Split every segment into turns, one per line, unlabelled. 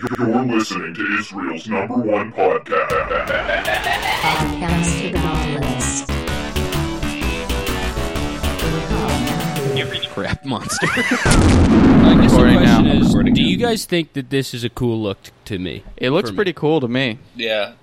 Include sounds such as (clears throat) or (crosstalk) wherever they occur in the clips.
You're listening to Israel's number one podcast.
Podcast to the Nautilus.
crap
(laughs)
monster.
I guess the
Recording
question
now.
is,
Recording
do
now.
you guys think that this is a cool look t- to me?
It looks
For me.
pretty cool to me.
yeah.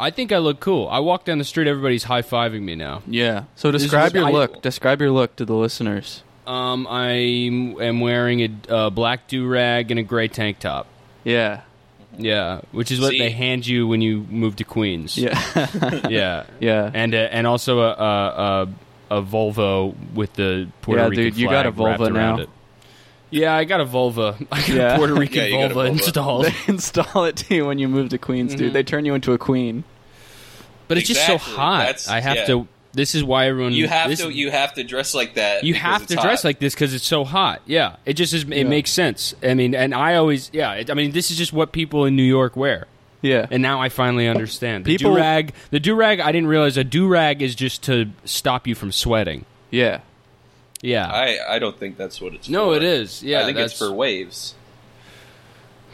I think I look cool. I walk down the street, everybody's high fiving me now.
Yeah. So
This
describe
is
your
valuable.
look. Describe your look to the listeners.
Um, I am wearing a uh, black do rag and a gray tank top.
Yeah.
Yeah, which is what
See?
they hand you when you move to Queens.
(laughs) Yeah.
(laughs) yeah,
Yeah.
and uh, and also a, a a a Volvo with the Puerto
Yeah,
Rican
dude, you got a
flag wrapped
Volvo
around
now.
it. Yeah, I got a Volvo. (laughs) I got
Yeah.
a Puerto
Yeah,
Rican
you got a Volvo.
Volvo
(laughs)
installed,
they install it to you when you move to Queens, dude. They turn you into a queen.
but it's just so
Exactly.
hot.
That's-
I have
yeah.
to. This is why everyone
You have
this-
to you have to dress like that.
You
because
have
it's
to dress
hot.
like this because it's so hot. Yeah, it just is. It
Yeah.
makes sense. I mean, and I always, yeah. It, I mean, this is just what people in New York wear,
Yeah.
and now I finally understand. The
People-
do rag, the do rag. I didn't realize a do rag is just to stop you from sweating.
yeah.
Yeah.
I I don't think that's what it's.
no,
for.
it is. Yeah,
I think
that's
it's for waves.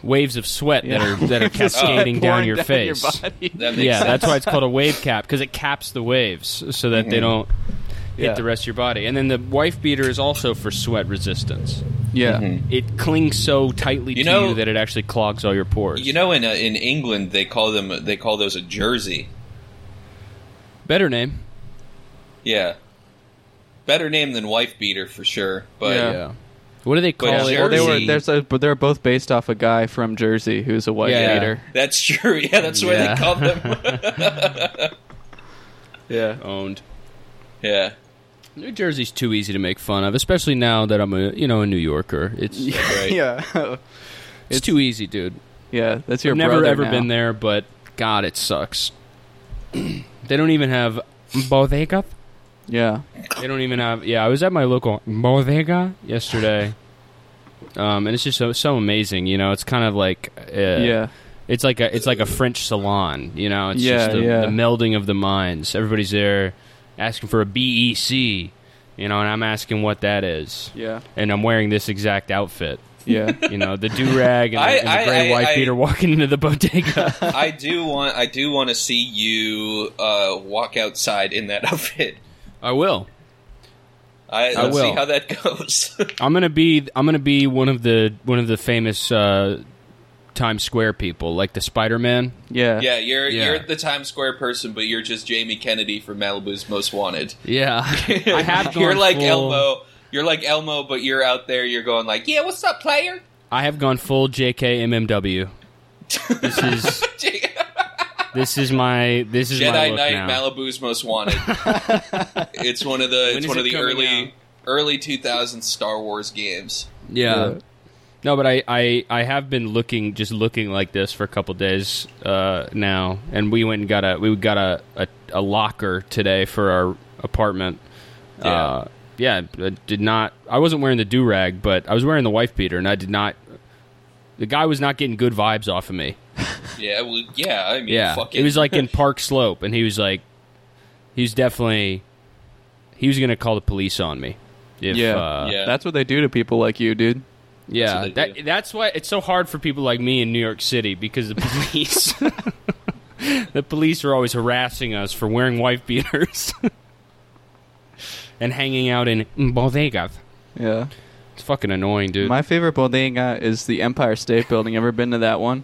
waves of sweat
Yeah.
that are
(laughs)
that are cascading down
Pouring
your face.
body.
That makes
(laughs) yeah,
sense.
that's why it's called a wave cap because it caps the waves so that
Mm-hmm.
they don't hit
Yeah.
the rest of your body. And then the wife beater is also for sweat resistance.
Yeah.
it clings so tightly
You
to
know-
you that it actually clogs all your pores.
You know, in uh, in England, they call them they call those a jersey.
better name.
Yeah, better name than wife beater for sure. But
Yeah.
What do they call
But
it?
Well, they were
Jersey.
there's a, but they're both based off a guy from Jersey who's a white
Yeah.
beater.
that's true. (laughs) Yeah, that's why
Yeah.
they call them.
(laughs)
(laughs)
Yeah.
owned.
yeah,
New Jersey's too easy to make fun of, especially now that I'm a you know a New Yorker.
(laughs)
It's it's,
right.
(laughs) Yeah.
too easy, dude.
yeah. (laughs) That's your
I've never
brother
ever
now.
been there, but God, it sucks. (clears throat) they don't even have bodega.
Yeah.
They don't even have. Yeah, I was at my local bodega yesterday, um, and it's just so so amazing. You know, it's kind of like uh,
Yeah.
It's like a it's like a French salon, you know. It's
Yeah,
just the,
yeah.
the melding of the minds. Everybody's there asking for a BEC, you know, and I'm asking what that is,
Yeah.
and I'm wearing this exact outfit,
Yeah.
you know, the do rag
(laughs)
and, the-
I-
and the
I-
gray
I-
white
I-
beater walking into
(laughs)
the bodega.
I do want I do want to see you uh, walk outside in that (laughs) outfit.
I will.
I, let's see
will.
how that (laughs) goes.
I'm gonna be I'm gonna be one of the one of the famous uh, Times Square people, like the Spider Man.
(laughs) Yeah.
yeah, you're
Yeah.
you're the Times Square person, but you're just Jamie Kennedy from Malibu's Most Wanted.
Yeah, (laughs) I have.
(laughs)
Gone
You're like
full-
Elmo. You're like Elmo, but you're out there. You're going like, yeah, what's up, player? (laughs)
I have gone full JK MMW. This is.
(laughs)
This is my this is my
Jedi
look
Knight,
now.
Malibu's Most
(laughs)
Wanted. it's one of the
is
it's one of
it
the
coming
early
out?
early 2000s Star Wars games.
yeah.
Yeah.
No, but I, I I have been looking just looking like this for a couple days uh, now, and we went and got a we got a a, a locker today for our apartment. Yeah. Uh, yeah, I did not. I wasn't wearing the do rag, but I was wearing the wife beater, and I did not. The guy was not getting good vibes off of me.
Yeah, well, yeah. I mean,
Yeah,
fuck
it was like in Park Slope, and he was like, he was definitely, he was gonna call the police on me. If,
Yeah.
uh,
Yeah.
That's what they do to people like you, dude.
Yeah,
That's what they
that,
do.
that's why it's so hard for people like me in New York City because the police, the police are always harassing us for wearing wife beaters and hanging out in bodegas.
Yeah.
It's fucking annoying, dude.
My favorite bodega is the Empire State Building. Ever been to that one?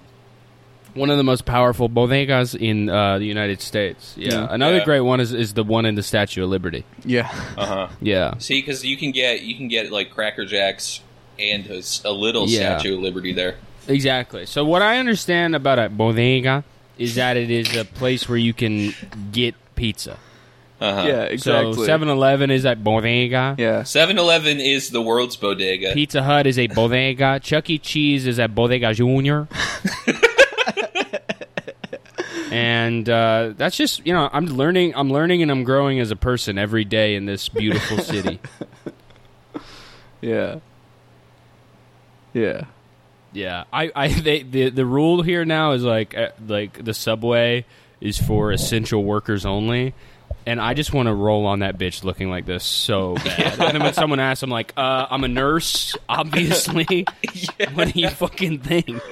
one of the most powerful bodegas in uh, the United States. Yeah,
Yeah.
another
Yeah.
great one is, is the one in the Statue of Liberty.
(laughs) Yeah.
Uh huh.
Yeah,
See, because you can get you can get like Cracker Jacks and a, s- a little
Yeah.
Statue of Liberty there.
exactly. So what I understand about a bodega is that it is a place where you can get pizza.
Uh huh.
Yeah, exactly.
So 7-Eleven is at bodega.
Yeah.
Seven Eleven is the world's bodega.
Pizza Hut is a bodega. Chuck E. Cheese is at Bodega Junior. and uh, that's just you know I'm learning I'm learning and I'm growing as a person every day in this beautiful city.
Yeah. Yeah.
yeah, I, I they, the the rule here now is like uh, like the subway is for essential workers only. and I just want to roll on that bitch looking like this so bad. And then when someone asks, I'm like, uh, I'm a nurse, obviously. What do you fucking think?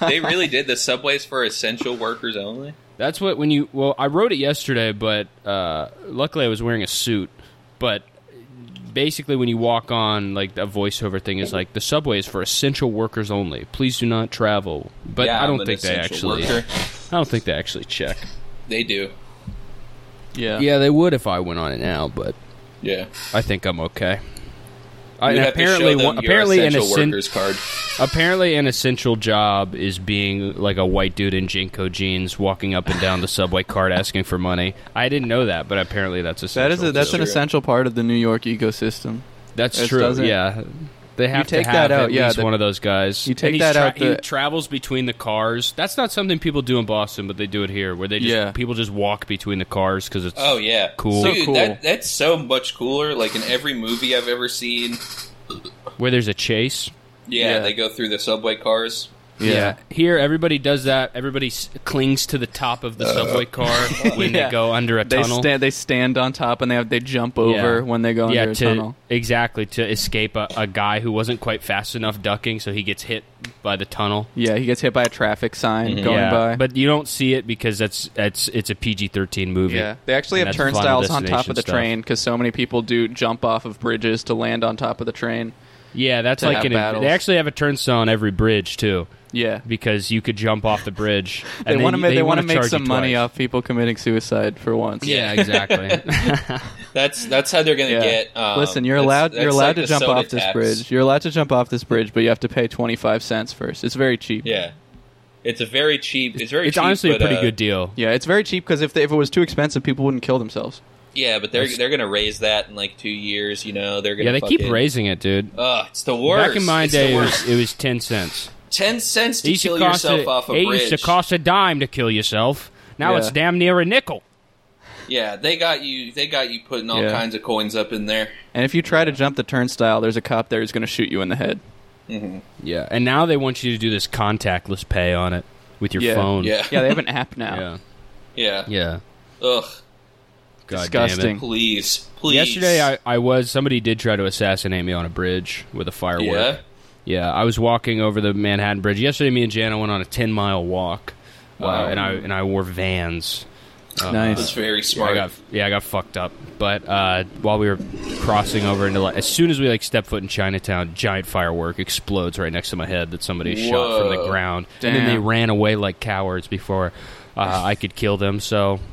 they really did the subways for essential workers only.
That's what when you well, I wrote it yesterday, but uh, luckily I was wearing a suit. But basically, when you walk on, like a voiceover thing is like the subway is for essential workers only. Please do not travel. But
Yeah,
I
I'm
don't
an
think they
essential
actually.
worker.
(laughs) I don't think they actually check.
They do.
Yeah.
Yeah, they would if I went on it now, but
Yeah.
I think I'm okay. I,
You
and
have
apparently,
to show
one-
them
apparently,
your
an
essential
essen-
workers card.
apparently, an essential job is being like a white dude in Jinko jeans walking up and down the subway cart asking for money. I didn't know that, but apparently that's essential.
That is a, that's
so-
an essential part of the New York ecosystem.
That's
It
true.
doesn't-
Yeah, they have
take
to have
that out,
at
yeah,
least
the-
one of those guys.
you take
And he's
that out
He
the-
travels between the cars. That's not something people do in Boston, but they do it here, where they just
Yeah.
people just walk between the cars because it's
Oh yeah,
Cool.
So
Dude,
cool.
That, that's so much cooler. Like in every movie I've ever seen,
where there's a chase.
yeah,
Yeah.
they go through the subway cars.
Yeah. Here, everybody does that. Everybody s- clings to the top of the subway
(laughs)
car when
Uh. Yeah.
they go under a
They
tunnel.
stand they stand on top and they have they jump over
Yeah.
when they go under
yeah,
a
to,
tunnel.
exactly to escape a, a guy who wasn't quite fast enough ducking, so he gets hit by the tunnel.
Yeah, he gets hit by a traffic sign going
Mm-hmm. yeah,
by.
but you don't see it because that's that's it's a PG thirteen movie.
yeah, they actually
And
have
that's Final
turnstiles on top
Destination
of the
stuff.
train because so many people do jump off of bridges to land on top of the train.
Yeah, that's
to
like
have
an,
battles.
they actually have a turnstile on every bridge too,
Yeah,
because you could jump off the bridge.
(laughs) they
and
want to
they,
they, want to
wanna
make
charge you
some money
twice.
off people committing suicide for once.
Yeah,
(laughs)
exactly.
That's that's how they're gonna
Yeah.
get. Um,
Listen, you're
that's-
allowed
that's
you're allowed
like
to
the
jump
soda
off this
tax.
bridge. You're allowed to jump off this bridge, but you have to pay 25 cents first. It's very cheap.
Yeah, it's a very cheap. It's very.
it's
cheap,
honestly a
but,
pretty
uh,
good deal.
Yeah, it's very cheap because if they, if it was too expensive, people wouldn't kill themselves.
Yeah, but they're they're gonna raise that in like two years. You know, they're gonna.
Yeah, they keep
fucking-
raising it, dude.
Ugh, it's the worst.
Back in my
It's the
day, it
worst.
was, it was ten cents.
ten cents
It
to
used to
kill
cost
yourself
a,
off a
it
bridge.
used to cost a dime to kill yourself. Now
Yeah.
it's damn near a nickel.
yeah, they got you. They got you putting all
Yeah.
kinds of coins up in there.
And if you try to jump the turnstile, there's a cop there who's going to shoot you in the head.
Yeah, and now they want you to do this contactless pay on it with your
Yeah.
phone.
Yeah,
Yeah, they have an app now.
yeah,
yeah.
yeah.
Ugh,
God
Disgusting.
Damn
please,
it.
please.
Yesterday, I, I was somebody did try to assassinate me on a bridge with a firework.
yeah.
Yeah, I was walking over the Manhattan Bridge yesterday. Me and Jana went on a ten mile walk,
Wow.
uh, and I and I wore Vans. uh-huh.
That's
Nice.
very
Yeah, I
smart.
got yeah, I got fucked up. But uh, while we were crossing over into like, as soon as we like step foot in Chinatown, giant firework explodes right next to my head that somebody shot from the
Whoa.
ground, and then they
Damn.
ran away like cowards before uh, I could kill them. So, (laughs)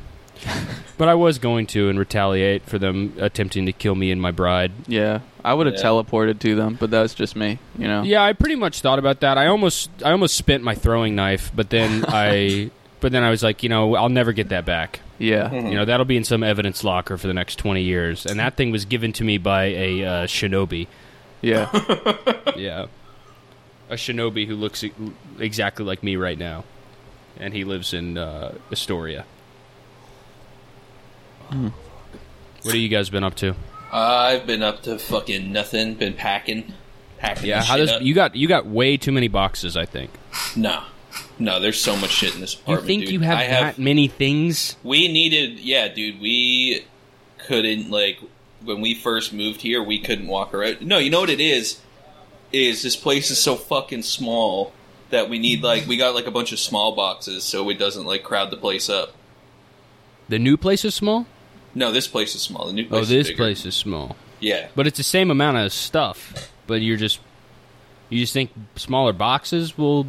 but I was going to and retaliate for them attempting to kill me and my bride.
Yeah, I would have
Yeah.
teleported to them, but that was just me. You know.
Yeah, I pretty much thought about that. I almost I almost spent my throwing knife, but (laughs) then I but then I was like, you know, I'll never get that back.
Yeah.
(laughs)
You know, that'll be in some evidence locker for the next 20 years. And that thing was given to me by a uh, shinobi.
Yeah.
(laughs) Yeah. A shinobi who looks e- exactly like me right now. And he lives in uh, Astoria. What Hmm. have you guys been up to?
I've been up to fucking nothing. Been packing, packing.
Yeah,
this
how
shit
does
up.
you got you got way too many boxes, I think.
No, no. There's so much shit in this
You
apartment.
think
dude.
you have,
I
that many things?
we needed yeah dude we couldn't like when we first moved here we couldn't walk around no you know what it is is this place is so fucking small that we need like we got like a bunch of small boxes so it doesn't like crowd the place up
The new place is small?
no this place is small the new place
Oh,
is
this
bigger.
place is small.
yeah
But it's the same amount of stuff, but you're just you just think smaller boxes will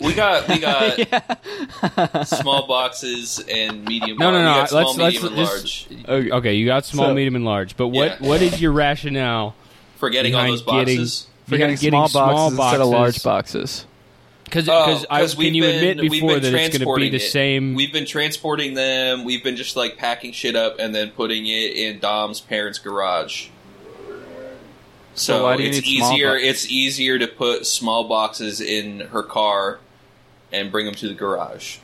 we got
(laughs)
we got small boxes and medium
No, no,
we
no.
got small,
let's let's
medium, and
this-
large
o- Okay, you got small,
So-
medium, and large. But what
Yeah.
what is your rationale
forgetting all
behind
those boxes
For
Getting,
getting,
behind getting
small, boxes instead of large boxes.
Because
Oh,
I
'cause
can
we've
you
been-
admit
we've
before
been
that it's going to be
transporting
the
it. (laughs)
same?
We've been transporting them. We've been just like packing shit up and then putting it in Dom's parents' garage. So
Well, why do you
it's
need small
easier.
boxes?
It's easier to put small boxes in her car and bring them to the garage.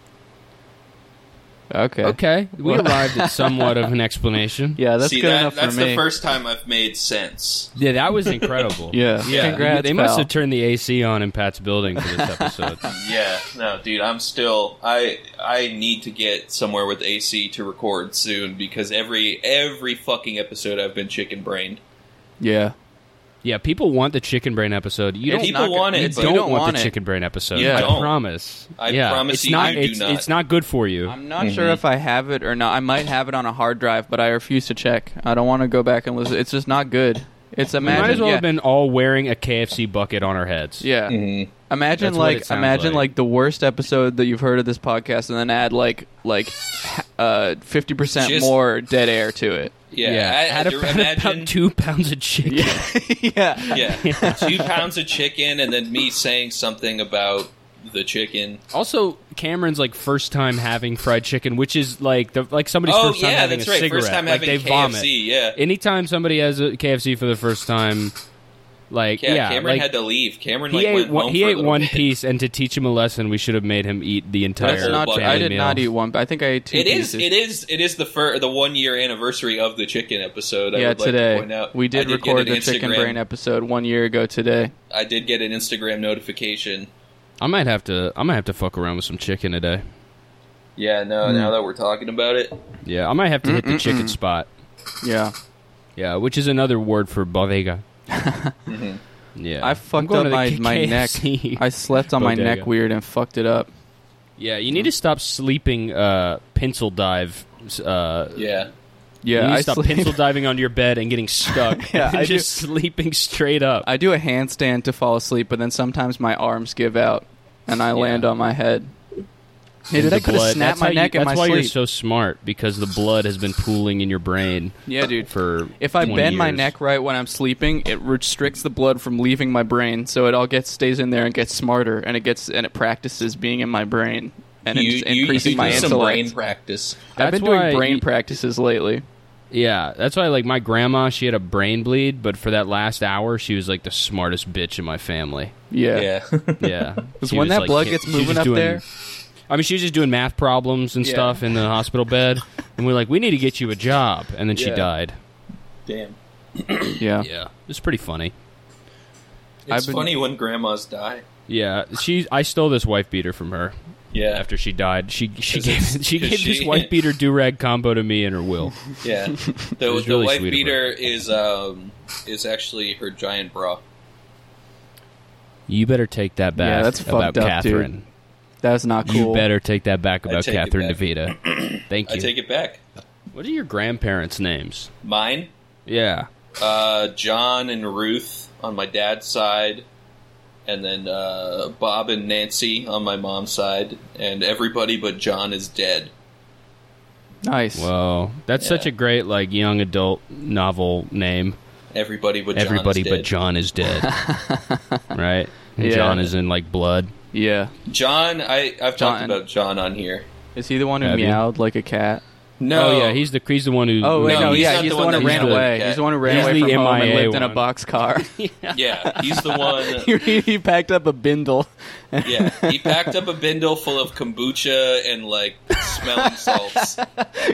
Okay.
Okay, we arrived at somewhat (laughs) of an explanation.
Yeah, that's
See,
good
that,
enough
that's
for me.
the first time I've made sense.
Yeah, that was incredible.
Yeah.
Yeah.
Congrats,
they must
pal.
have turned the AC on in Pat's building for this episode.
(laughs)
Yeah, no, dude, I'm still I I need to get somewhere with AC to record soon because every every fucking episode I've been chicken brained.
yeah.
yeah, people want the chicken brain episode. You
And
don't
people
not gonna-
want
You
it, but
don't,
You don't
want,
want
the
it.
chicken brain episode.
Yeah.
I
Don't.
promise.
I
yeah.
promise
it's
you,
not,
you do
it's,
not.
It's not good for you.
I'm not sure if I have it or not. I might have it on a hard drive, but I refuse to check. I don't want to go back and listen. It's just not good. It's
we
imagine
might as well
yeah,
have been all wearing a KFC bucket on our heads.
yeah. Imagine
That's what it
like
sounds
imagine
like.
like. the worst episode that you've heard of this podcast, and then add like like ha- uh fifty percent
Just-
more dead air to it.
Yeah, I,
Add,
I
(laughs) about,
imagine.
about two pounds of chicken.
yeah.
(laughs)
yeah, two pounds of chicken, and then me saying something about the chicken.
Also, Cameron's like first time having fried chicken, which is like the like somebody's
oh
first time
yeah,
having
that's
a
right.
cigarette.
First time
like
having
they
KFC.
vomit.
Yeah,
Anytime somebody has a KFC for the first time, like
yeah,
yeah,
Cameron
like,
had to leave. Cameron
he
like
ate
went
one,
home
he
for a
ate
little
one
bit.
piece, and to teach him a lesson, we should have made him eat the entire.
That's not.
bucket.
I
family
did
meal.
not eat one. but I think I ate two.
It is.
pieces.
It is. It is the fir- the one year anniversary of the chicken episode. I
Yeah,
would like to
today
point out.
we
I
did,
get
record
an
the chicken
Instagram-
brain episode one year ago today.
I did get an Instagram notification.
I might have to. I might have to fuck around with some chicken today.
Yeah, no.
Hmm.
Now that we're talking about it,
Yeah, I might have to hit the chicken spot.
Yeah,
Yeah, which is another word for
(laughs)
bodega. Yeah,
I
I'm
fucked
going
up
to the
my,
K-
my neck.
KFC.
I slept on my
Bodega.
neck weird and fucked it up.
(laughs) Yeah, you need to stop sleeping uh, pencil dive. Uh,
yeah,
You need
Yeah,
to
I
stop
sleep- (laughs)
pencil diving onto your bed and getting stuck.
Yeah,
and
I do-
just sleeping straight up.
I do a handstand to fall asleep, but then sometimes my arms give out and I land on my head. Hey,
And
dude, I
the
could have
blood-
snapped
that's how
my
you-
neck in
That's
my
why
sleep.
you're so smart because the blood has been pooling in your brain.
yeah, dude.
For
If I
20
bend my
years.
neck right when I'm sleeping, it restricts the blood from leaving my brain, so it all gets stays in there and gets smarter, and it gets and it practices being in my brain and
you,
it's
you-
increasing
you
my
do some
intellect.
brain practice.
I've
That's
been doing
why
brain
you-
practices lately.
Yeah, that's why like my grandma, she had a brain bleed, but for that last hour, she was like the smartest bitch in my
(laughs)
family.
Yeah.
Yeah, (laughs)
Yeah,
Because
She
when
was,
that
like,
blood
hit-
gets
she was
moving
just
up
doing-
there,
I mean, she was just doing math problems and
Yeah.
stuff in the hospital
(laughs)
bed, and we're like, we need to get you a job, and then she
Yeah.
died.
damn.
yeah.
Yeah, it's pretty funny.
I've
It's
been-
funny when grandmas die.
Yeah, she. I stole this wife beater from her
Yeah,
after she died. She she
'Cause
gave
it's-
she
'cause
gave
she-
this wife beater do rag combo to me in her will. (laughs)
yeah. The,
was
the
really
wife
sweet of
beater is um is actually her giant bra.
You better take that back
Yeah, that's
about
fucked up, dude.
Catherine.
That's not cool.
You better take that back about
take it
Catherine
back.
DeVita. Thank
I
you.
take it back.
What are your grandparents' names?
Mine,
Yeah.
uh, John and Ruth on my dad's side, and then uh, Bob and Nancy on my mom's side, and everybody but John is dead.
Nice.
Whoa. That's
Yeah.
such a great like young adult novel name.
Everybody but John
Everybody
is
but
dead.
John is dead. right? And
Yeah.
John is in like blood.
yeah.
John, I I've talked
John.
about John on here.
Is he the one who
Have you?
meowed like a cat?
No,
Oh yeah, he's the he's the one who
Oh wait,
No,
no,
he's
yeah,
not
he's
the
the
one
one
that
who ran
meowed the
away.
cat.
He's the one who ran
He's
away
the
from home and
MIA
lived in a
one.
(laughs)
box car. (laughs)
yeah, he's
(laughs)
the one.
he, he packed up a bindle. (laughs)
Yeah, he packed up a bindle full of kombucha and like smelling
(laughs)
salts.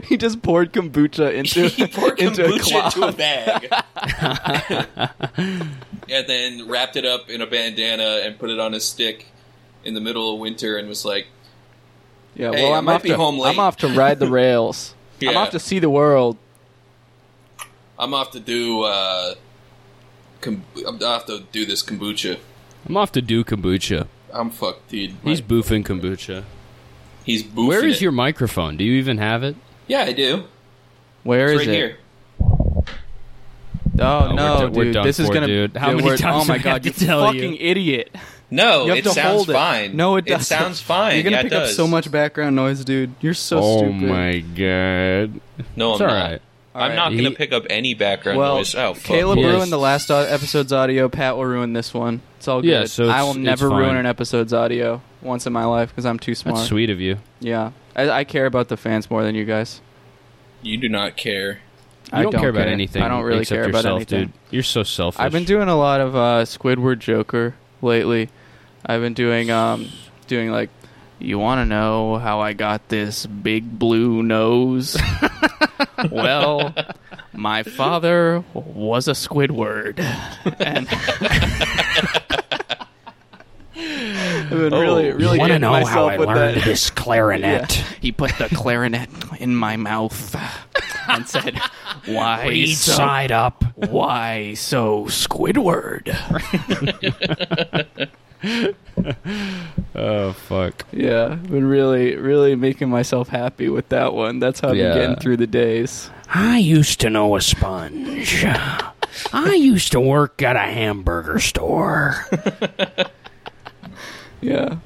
He just poured kombucha into
(laughs) he poured
(laughs) into a
kombucha
cloth.
into a bag.
(laughs)
and then wrapped it up in a bandana and put it on his stick in the middle of winter and was like,
yeah,
Hey,
well,
I
I'm
might
off
be
to
home late.
I'm off to
(laughs)
ride the rails. I'm
Yeah.
off to see the world.
I'm off to do, uh, com- I'm off to do this kombucha.
I'm off to do kombucha.
I'm fucked, dude.
He's
Like,
boofing kombucha.
he's boofing
Where is
it.
your microphone? Do you even have it?
Yeah, I do.
Where
It's
is
right
it?
here.
Oh
we're
no,
do-
dude,
we're done
this is
for,
gonna.
dude. How many
we're-
times
Oh my
do I have
god,
to
you
tell you?
fucking idiot!
No,
You have
Oh, it
to
sounds
hold it.
fine.
No, it doesn't.
sounds fine.
(laughs) You're gonna
yeah, it
pick up
does.
so much background noise, dude. You're so
oh
stupid.
my god.
Oh, No,
It's
I'm
all
not.
right.
All
I'm
right.
not going to
He-
pick up any background
Well,
noise. Oh, fuck.
Caleb
Yes.
ruined the last au- episode's audio. Pat will ruin this one. It's all good.
Yeah, so it's-
I will
it's
never
fine.
ruin an episode's audio once in my life because I'm too smart.
That's sweet of you.
Yeah, I, I care about the fans more than you guys.
You do not care.
You
I
don't, care about anything.
I don't really
except
care about
yourself,
anything.
dude. You're so selfish.
I've been doing a lot of uh, Squidward Joker lately. I've been doing um, doing like You want to know how I got this big blue nose? well, my father was a Squidward. And I've been really, really
Oh, wanna
getting myself with
(laughs)
that.
this clarinet?
He put the clarinet in my mouth and said, "Why so,
up.
Why so Squidward?"
Oh fuck.
Yeah, but really, really making myself happy with that one. That's how I'm
Yeah.
getting through the days.
I used to know a sponge. I used to work at a hamburger store.
Yeah,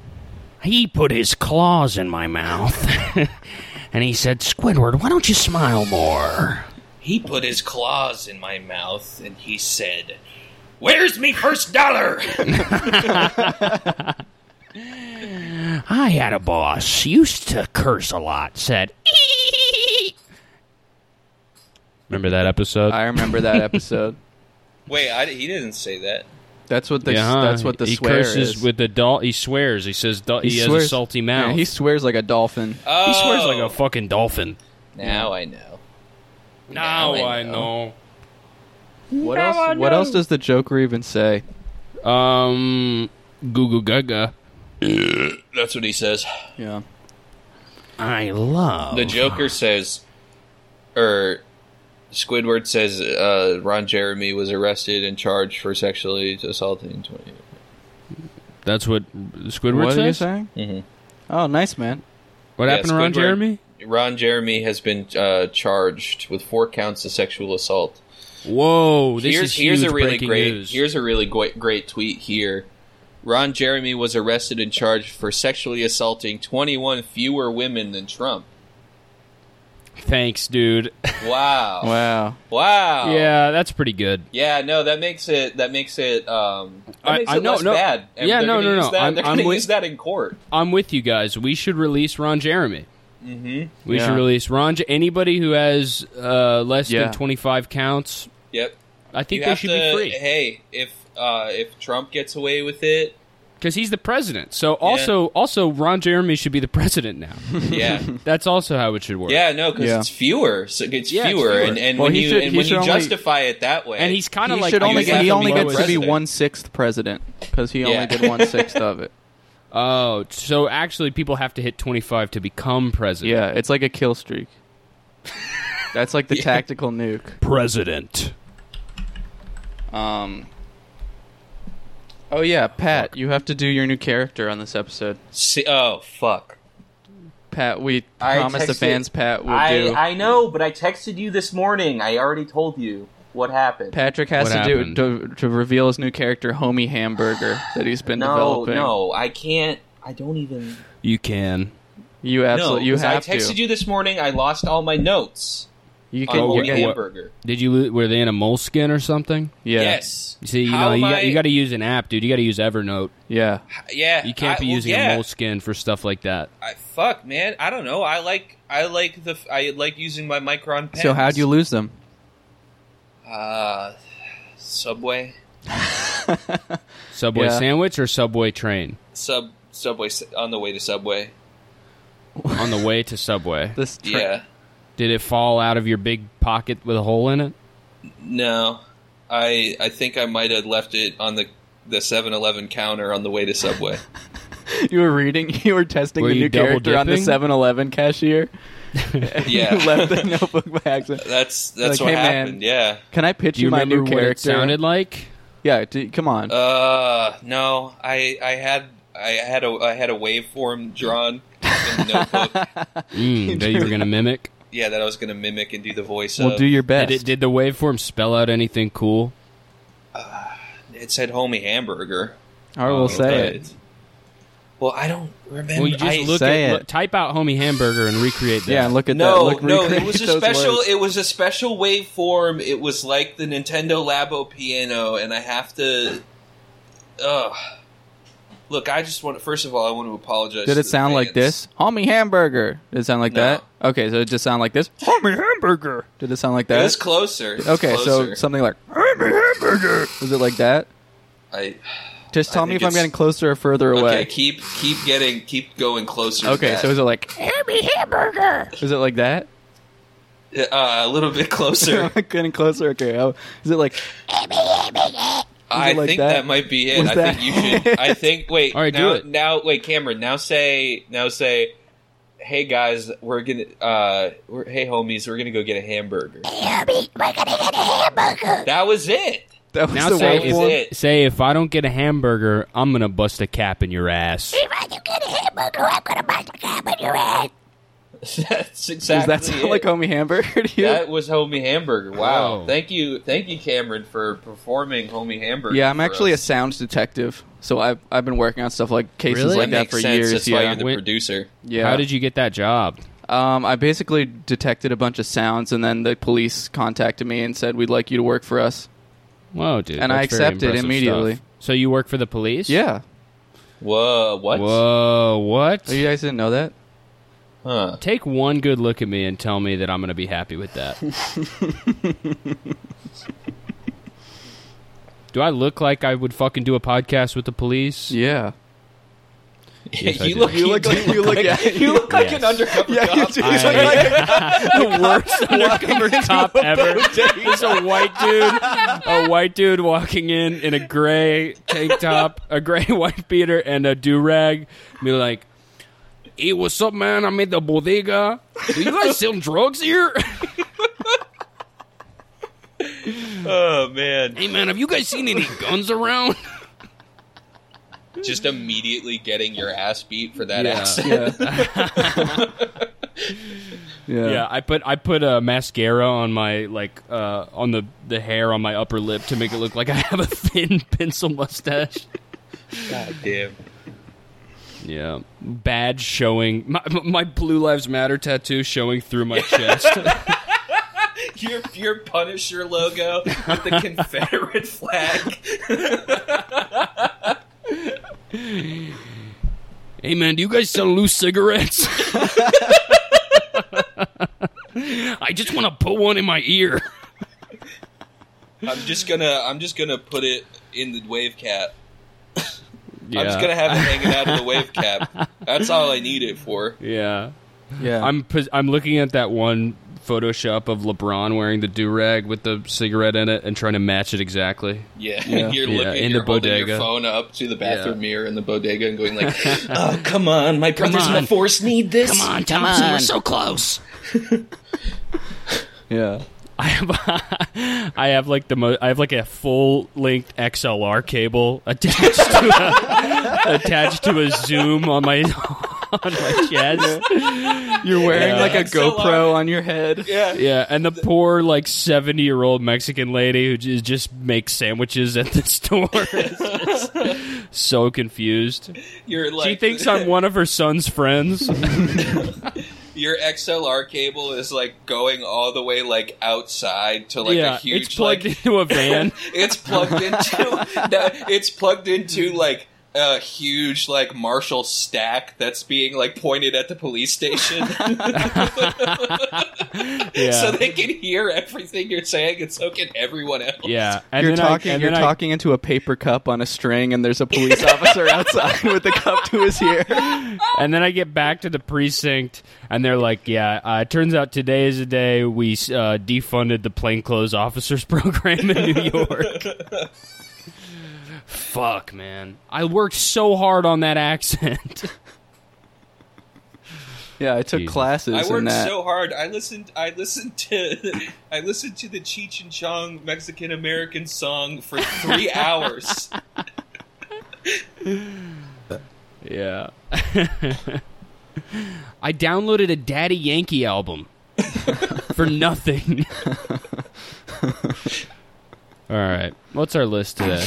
He put his claws in my mouth. (laughs) and he said, Squidward, why don't you smile more?
He put his claws in my mouth and he said, Where's me first dollar? (laughs)
I had a boss, used to curse a lot, said, (laughs) Remember that episode?
I remember that episode.
Wait, I, he didn't say that.
That's what the
huh?
that's what the
he
swear
curses
is.
with the doll. He swears. He says do- he, has a salty mouth.
Yeah, he swears like a dolphin.
Oh,
he swears like a fucking dolphin.
Now I know.
Now
I
I know.
what else? What else does the Joker even say?
Um, Goo Goo Gaga.
That's what he says.
Yeah,
I love
The Joker says, or Squidward says, uh, Ron Jeremy was arrested and charged for sexually assaulting 20.
That's what Squidward
what
says.
are you saying?
Mhm.
Oh, nice man.
What
Yeah,
happened to Ron
Squidward-
Jeremy?
Ron Jeremy has been uh, charged with four counts of sexual assault.
Whoa! This
here's
is
here's
huge
a really
breaking
great
news.
here's a really great, great tweet here. Ron Jeremy was arrested and charged for sexually assaulting 21 fewer women than Trump.
Thanks, dude.
Wow. wow.
Wow.
Oh.
Yeah, that's pretty good.
Yeah, no, that makes it that makes it um that
I-
makes
I-
it
no,
less
no.
bad. And
Yeah,
they're
no,
gonna
no,
use
no.
That,
I'm-
they're
I'm
gonna
with-
use that in court.
I'm with you guys. We should release Ron Jeremy. Mm-hmm. We
Yeah.
should release Ron. Je- anybody who has uh, less
Yeah.
than 25 counts,
Yep.
I think
You
they
have
should
to,
be free
Hey, if uh if Trump gets away with it,
because he's the president. So also, also Ron Jeremy should be the (laughs) president now. (laughs)
yeah.
That's also how it should work.
yeah, no, cuz
Yeah.
it's fewer. So it's,
Yeah, it's
fewer.
fewer.
and and
Well,
when
he
you
should-
and
he
when you
should only-
justify it that way.
and he's kind of
he
like
should only
guys have
he
to
only
be
gets to be
president.
one sixth president because he
Yeah.
only did one sixth of it.
Oh, so actually, people have to hit 25 to become president.
(laughs) Yeah, it's like a kill streak. That's (laughs) like the tactical nuke.
President.
Um. Oh yeah, Pat, you have to do your new character on this episode.
Si- oh fuck.
Pat, we
I
promise the
texted-
fans Pat will do.
know, but I texted you this morning. I already told you what happened.
Patrick has
What
to do
happened?
to, to reveal his new character, Homie Hamburger, that he's been developing.
I can't. I don't even.
You can.
you absolutely
no,
you
'cause I
have
texted
to.
you Oh, this morning. I lost all my notes
you
on
can
Holy
yeah,
Hamburger.
Did you? lo- Were they in a moleskin or something?
yeah,
Yes.
You see, you
How
know, you,
am
got, you
I-
got to use an app, dude. You got to use Evernote.
yeah.
Yeah,
You can't
I-
be
well,
using
yeah.
a moleskin for stuff like that.
I, fuck, man. I don't know. I like. I like the. f- I like using my Micron pen.
So how'd you lose them?
Uh, Subway.
Subway
Yeah.
sandwich or subway train
Sub. Subway. s- On the way to Subway.
on the way to Subway.
This tra-
Yeah.
Did it fall out of your big pocket with a hole in it?
No. I. I think I might have left it on the the 7-Eleven counter on the way to Subway.
(laughs) You were reading. (laughs) You were testing
Were
the
you
new
double
character on the
dipping?
7-Eleven (laughs) cashier.
Yeah.
(laughs) You left the notebook by accident.
That's that's what
Like, hey, man.
happened. Yeah.
(laughs) Can I pitch
Do you
you my
remember
new
what
character?
it sounded like?
Yeah, d- come on.
Uh, no. I I had I had a I had a waveform drawn in the
(laughs)
notebook.
Mm, that you were going to mimic?
yeah, that I was going to mimic and do the voice
well,
of.
do your best.
Did, it, did the waveform spell out anything cool?
it said "homie hamburger."
I
Oh,
will say it.
But- Well, I don't remember.
Well, you just
I-
look
say
at
it.
look- type out homie hamburger and recreate that.
Yeah, and look at that.
no,
Look,
no, it
recreate
was a
those
special.
words.
It was a special waveform. It was like the Nintendo Labo piano, and I have to. Ugh. Look, I just want. First of all, I want to apologize. to
Did
the
it sound like
fans.
this? Homie hamburger. Did it sound like
No.
that? Okay, so it just sound like this. Homie hamburger. Did it sound like that?
It was closer. It was
okay, so
closer.
something like homie hamburger. Was it like that?
I
Just
I
tell me
think
if I'm
it's-
getting closer or further
Okay,
away.
keep keep getting keep going closer. to
Okay,
that.
so is it like hamburger? Is it like that? (laughs)
uh, a little bit closer.
getting closer. Okay, oh, is it like
I
like
think
that?
that? might be it.
Was
I
that-
think you
(laughs)
should. I think. Wait.
All right, do
now,
it.
now. Wait, Cameron. Now say. Now say. Hey guys, we're gonna. Uh, we're, hey homies, we're gonna go get a hamburger. That was it. (laughs)
that was
Now
the
say
way
worst one.
if, say if I don't get a hamburger, I'm gonna bust a cap in your ass.
That's
Does
exactly.
that sound
it.
like Oh. homie hamburger to you?
That was homie hamburger. Wow.
Wow.
Thank you, thank you, Cameron, for performing homie hamburger.
yeah, I'm
for
actually a
us.
sounds detective, so I've I've been working on stuff like cases
Really?
like
that
that,
makes
for
sense.
years.
That's
yeah,
why you're the
Wait.
producer.
yeah.
How did you get that job?
Um, I basically detected a bunch of sounds, and then the police contacted me and said we'd like you to work for us.
Whoa, dude!
And I
that's very
accepted
impressive
immediately.
stuff. So you work for the police?
Yeah,
Whoa, what?
Whoa, what?
oh, you guys didn't know that.
Huh.
Take one good look at me and tell me that I'm gonna be happy with that. do I look like I would fucking do a podcast with the police?
(laughs) Yeah,
Yes, I
you
do.
look. You
look like you look like
(laughs) You look like
Yes.
an undercover
yeah.
cop. (laughs)
You
I- (laughs)
the worst
undercover cop ever. There's a white dude, a white dude walking in in a gray tank top, a gray (laughs) white beater, and a do rag. Be like, "Hey, what's up, man? I'm at the bodega. Do you guys selling drugs here? (laughs)
Oh (laughs) man!
hey, man, have you guys seen any guns around?
Just immediately getting your ass beat for that
Yeah.
accent.
Yeah. yeah.
yeah, I put I put a mascara on my like uh, on the the hair on my upper lip to make it look like I have a thin (laughs) pencil mustache.
(laughs) God damn.
Yeah, badge showing my, my Blue Lives Matter tattoo showing through my
(laughs)
chest.
Your your Punisher logo with the Confederate flag.
Hey man, do you guys sell loose cigarettes?
(laughs)
I just want to put one in my ear.
(laughs) I'm just gonna I'm just gonna put it in the wave cap. I'm just gonna have it hanging out of the wave cap. That's all I need it for.
yeah.
Yeah.
I'm pos- I'm looking at that one Photoshop of LeBron wearing the do rag with the cigarette in it and trying to match it exactly.
Yeah,
Yeah.
(laughs) you're
Yeah,
looking
in
you're
the
holding Your
bodega.
phone up to the bathroom
Yeah.
mirror in the bodega and going like, "Oh, come on, my brothers in
on.
the force need this."
Come on, Thompson,
on.
we're so close.
yeah.
I have (laughs) I have like the mo- I have like a full length XLR cable (laughs) attached to a, attached to a Zoom on my (laughs) on my chest.
You're wearing
Yeah.
like a
I'm so
GoPro on your head.
Yeah,
Yeah, and the poor like seventy year old Mexican lady who j- just makes sandwiches at the (laughs) store is just so confused.
you're like
She thinks
(laughs)
I'm one of her son's friends.
your XLR cable is like going all the way like outside to like
yeah,
a huge
it's plugged
like
into a van.
it's plugged
(laughs)
into (laughs) no, it's plugged into like a huge like Marshall stack that's being like pointed at the police station
(laughs)
(laughs) (laughs)
Yeah,
so they can hear everything you're saying and so can everyone else.
yeah. And
you're
then I-
talking.
and
you're
then I-
talking into a paper cup on a string, and there's
(laughs)
a police officer outside with the cup to his ear.
And then I get back to the precinct, and they're like, "Yeah, uh, it turns out today is the day we uh, defunded the plainclothes officers (laughs) program in New York." (laughs) Fuck, man! I worked so hard on that accent. (laughs)
Yeah, I took
Jesus.
classes
I
in
worked
that.
so hard. I listened. I listened to. (laughs) I listened to the Cheech and Chong Mexican American song for
(laughs)
three hours.
yeah. I downloaded a Daddy Yankee album for nothing. All right, what's our list today?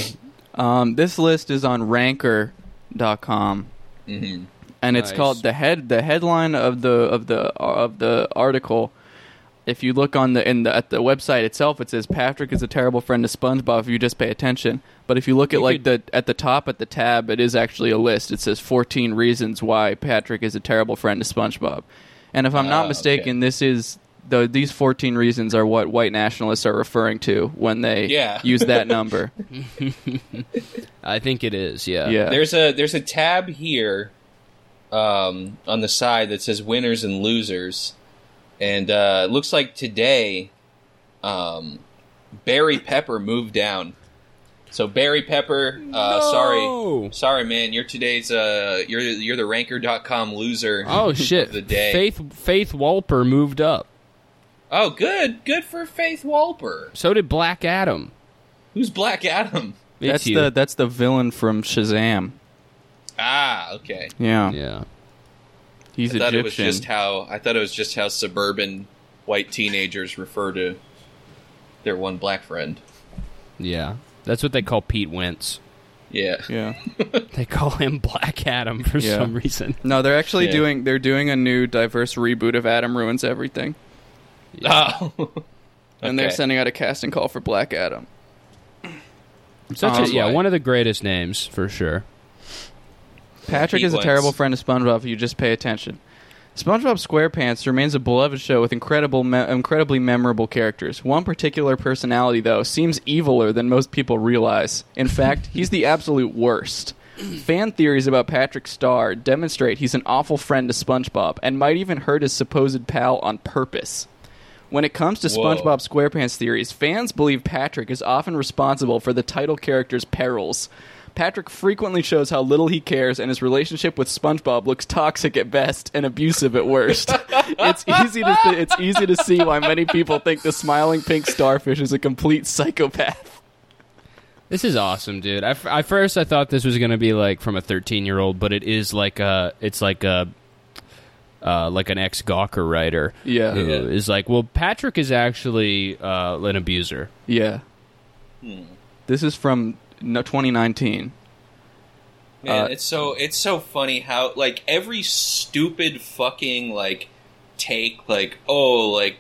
um, this list is on Ranker.com,
Mm-hmm.
and it's
Nice.
called the head. The headline of the of the uh, of the article. If you look on the in the at the website itself, it says Patrick is a terrible friend to SpongeBob. If you just pay attention, but if you look at like the at the top at the tab, it is actually a list. It says 14 reasons why Patrick is a terrible friend to SpongeBob. And if I'm
Ah,
not
okay.
mistaken, this is the, these 14 reasons are what white nationalists are referring to when they
Yeah. (laughs)
use that number.
I think it is. Yeah.
yeah.
There's a there's a tab here um, on the side that says winners and losers, and uh, it looks like today um, Barry Pepper moved down. So Barry Pepper, uh,
No.
sorry, sorry, man, you're today's uh, you're you're the Ranker.com loser.
Oh
(laughs) Of
shit.
the day.
Faith Faith Walper moved up.
Oh, good, good for Faith Walper.
So did Black Adam.
Who's Black Adam?
It's
that's
you.
the that's the villain from Shazam.
Ah, okay.
Yeah,
yeah.
he's
I thought it was
Egyptian.
just how I thought it was just how suburban white teenagers refer to their one black friend.
Yeah. That's what they call Pete Wentz.
Yeah.
yeah.
They call him (laughs) Black Adam for
Yeah.
some
(laughs)
reason.
No, they're actually
Yeah.
doing they're doing a new diverse reboot of Adam Ruins Everything.
(laughs) Oh.
And they're
Okay.
sending out a casting call for Black Adam.
Such a,
Um,
yeah, one of the greatest names for sure.
Patrick
Pete
is a
Wentz.
terrible friend of SpongeBob if you just pay attention. SpongeBob SquarePants remains a beloved show with incredible, me- incredibly memorable characters. One particular personality, though, seems eviler than most people realize. In fact, he's the absolute worst. Fan theories about Patrick Starr demonstrate he's an awful friend to SpongeBob and might even hurt his supposed pal on purpose. When it comes to
Whoa.
SpongeBob SquarePants theories, fans believe Patrick is often responsible for the title character's perils. Patrick frequently shows how little he cares, and his relationship with SpongeBob looks toxic at best and abusive at worst. it's easy to th- it's easy to see why many people think the smiling pink starfish is a complete psychopath.
This is awesome, dude. I f- at first I thought this was gonna be like from a thirteen year old, but it is like a it's like a uh, like an ex Gawker writer
Yeah.
who is
Yeah.
like, well, Patrick is actually uh, an abuser.
Yeah.
Hmm.
This is from no- 2019.
Man,
Uh,
it's so it's so funny how like every stupid fucking like take like oh like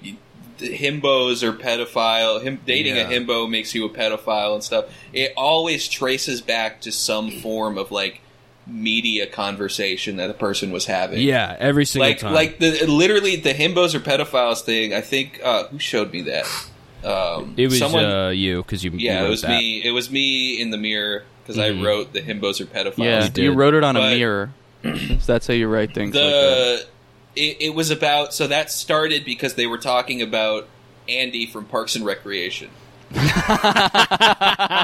the himbos are pedophile him dating
Yeah.
a himbo makes you a pedophile and stuff. It always traces back to some form of like media conversation that a person was having.
Yeah, every single
like
time.
like the literally the himbos or pedophiles thing. I think uh, who showed me that? Um,
it was
someone.
uh, you because you you
yeah, it
wrote
was
that.
me. It was me in the mirror because
Mhm.
I wrote the himbos or pedophiles.
Yeah.
you, you
did.
wrote it on a
But- (clears throat)
mirror. so that's how you write things. like that.
the it, it was about so that started because they were talking about Andy from Parks and Recreation.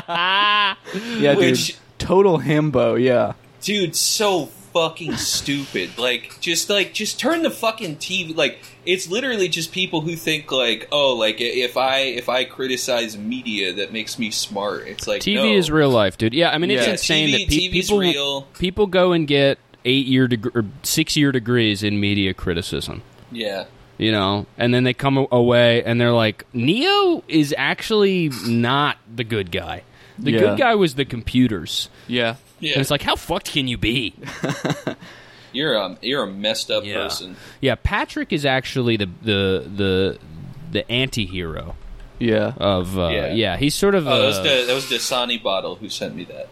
Yeah,
Which-
dude. Total himbo, yeah.
dude so fucking stupid like just like just turn the fucking tv like it's literally just people who think like oh like i- if i if i criticize media that makes me smart it's like
TV
no.
is real life, dude. Yeah, I mean, it's
Yeah.
insane
TV
that pe-
TV's
people
real.
people go and get eight year deg- or six year degrees in media criticism,
yeah
you know, and then they come a- away and they're like, Neo is actually not the good guy. The
Yeah.
good guy was the computers.
Yeah.
yeah
And it's like, how fucked can
(laughs)
you be?
you're a you're a messed up
Yeah.
person
yeah, Patrick is actually the the the the anti-hero
Yeah.
of uh, yeah.
Yeah.
He's sort of
oh that was,
a
the, that was Dasani Bottle who sent me that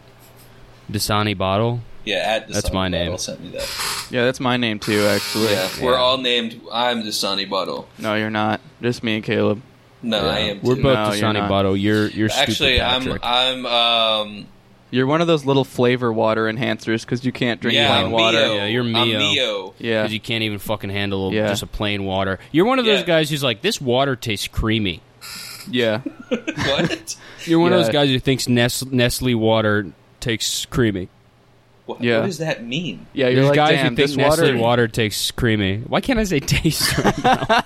Dasani bottle.
yeah at Dasani
That's my
Bottle
name.
sent me that
Yeah, that's my name too, actually.
yeah
Yeah.
we're all named I'm Dasani Bottle
No, you're not. Just me and Caleb.
no I am
We're
too.
both
No, you're
Dasani
not.
bottle. You're you're stupid
actually I'm
Patrick.
I'm um
You're one of those little flavor water enhancers because you can't drink
yeah,
plain
I'm
water.
Mio.
Yeah, you're
I'm
Mio.
Mio.
Yeah.
because you can't even fucking handle a,
Yeah.
just a plain water. You're one of those
Yeah.
guys who's like, this water tastes creamy.
yeah.
what?
You're one of
Yeah.
those guys who thinks Nest, Nestle water tastes creamy.
What,
Yeah.
what does that mean?
Yeah, you're
There's
like,
guys
damn,
who think
this
Nestle
water.
water... tastes creamy. Why can't I say
(laughs)
taste? (laughs) right now?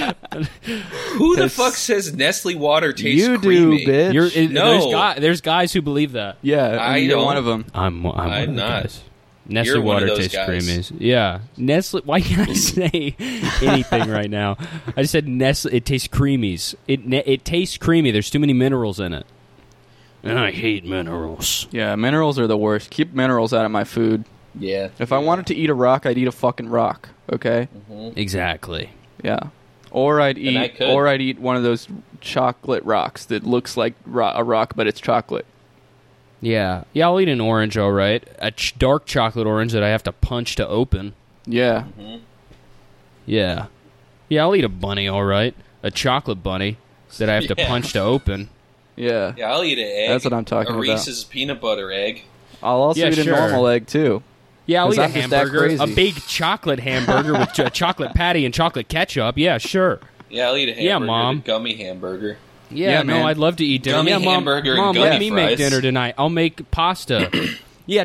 Who the fuck says Nestle water tastes
you
creamy?
do, bitch.
You're, it-
No.
there's, guy, there's guys who believe that.
yeah, and
I
you're
don't.
one of them.
I'm, I'm, one of the
not.
guys. Nestle
You're one of
water
those
tastes
guys.
creamy. Yeah, Nestle. Why can't
(laughs)
I say anything right now? I just said Nestle. It tastes creamies. It ne- it tastes creamy. There's too many minerals in it, and I hate minerals.
Yeah, minerals are the worst. Keep minerals out of my food.
Yeah.
If I wanted to eat a rock, I'd eat a fucking rock. Okay.
Exactly.
Yeah. Or I'd
I
eat,
could.
or I'd eat one of those chocolate rocks that looks like ro- a rock, but it's chocolate.
Yeah. Yeah, I'll eat an orange, all right. A ch- dark chocolate orange that I have to punch to open.
Yeah,
Yeah. Yeah, I'll eat a bunny, all right. A chocolate bunny that I have to
(laughs) Yeah.
punch to open.
Yeah.
Yeah, I'll eat an egg.
That's what I'm talking
a
about.
Reese's peanut butter egg.
I'll also
Yeah,
eat
sure.
a normal egg too.
Yeah, I'll
'Cause
eat a
I'm just that
hamburger, a
crazy.
big chocolate hamburger with a chocolate patty and chocolate ketchup. Yeah, sure.
Yeah, I'll eat a hamburger.
Yeah, Mom.
the Gummy hamburger.
Yeah,
Yeah,
no,
man.
I'd love to eat dinner.
Gummy
yeah, mom,
hamburger and
mom,
gummy
let me make
fries.
dinner tonight. I'll make
(coughs)
pasta. yeah,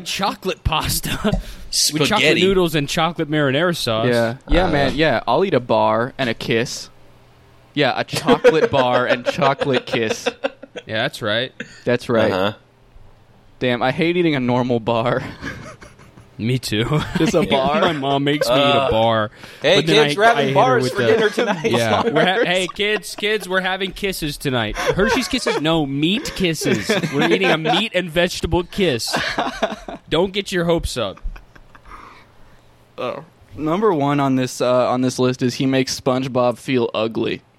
(laughs)
chocolate pasta with chocolate
Spaghetti.
noodles and chocolate marinara sauce.
Yeah.
Uh,
Yeah, man. Yeah, I'll eat a bar and a kiss. Yeah, a chocolate bar and chocolate kiss.
yeah, that's right.
That's right.
Uh-huh.
Damn, I hate eating a normal bar.
Me too.
(laughs) Just a bar.
My mom makes me eat a bar.
Uh, Hey,
But then
kids,
I-
we're
I
having
hit her
bars
with
for
the-
dinner tonight.
Yeah. We're ha- hey, kids, kids, we're having kisses tonight. Hershey's kisses? No, meat kisses. We're eating a meat and vegetable kiss. Don't get your hopes up.
(laughs) Number one on this uh, on this list is he makes SpongeBob feel ugly.
(laughs)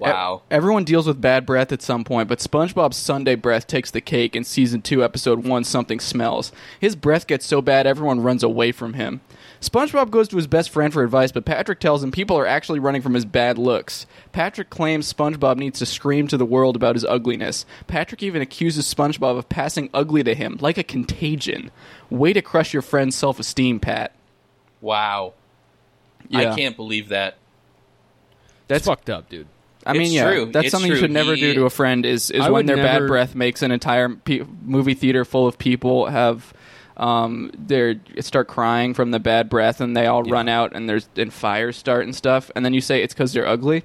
Wow.
E- everyone deals with bad breath at some point, but SpongeBob's Sunday breath takes the cake in season 2, episode 1, Something Smells. His breath gets so bad everyone runs away from him. SpongeBob goes to his best friend for advice, but Patrick tells him people are actually running from his bad looks. Patrick claims SpongeBob needs to scream to the world about his ugliness. Patrick even accuses SpongeBob of passing ugly to him, like a contagion. Way to crush your friend's self esteem, Pat.
Wow. I can't believe that.
That's fucked up, dude.
I mean,
It's
yeah,
true.
that's
It's
something you
true.
should never
He-
do to a friend. Is is
I
when
would
their
never-
bad breath makes an entire pe- movie theater full of people have um they start crying from the bad breath and they all run out and there's and fires start and stuff and then you say it's because they're ugly.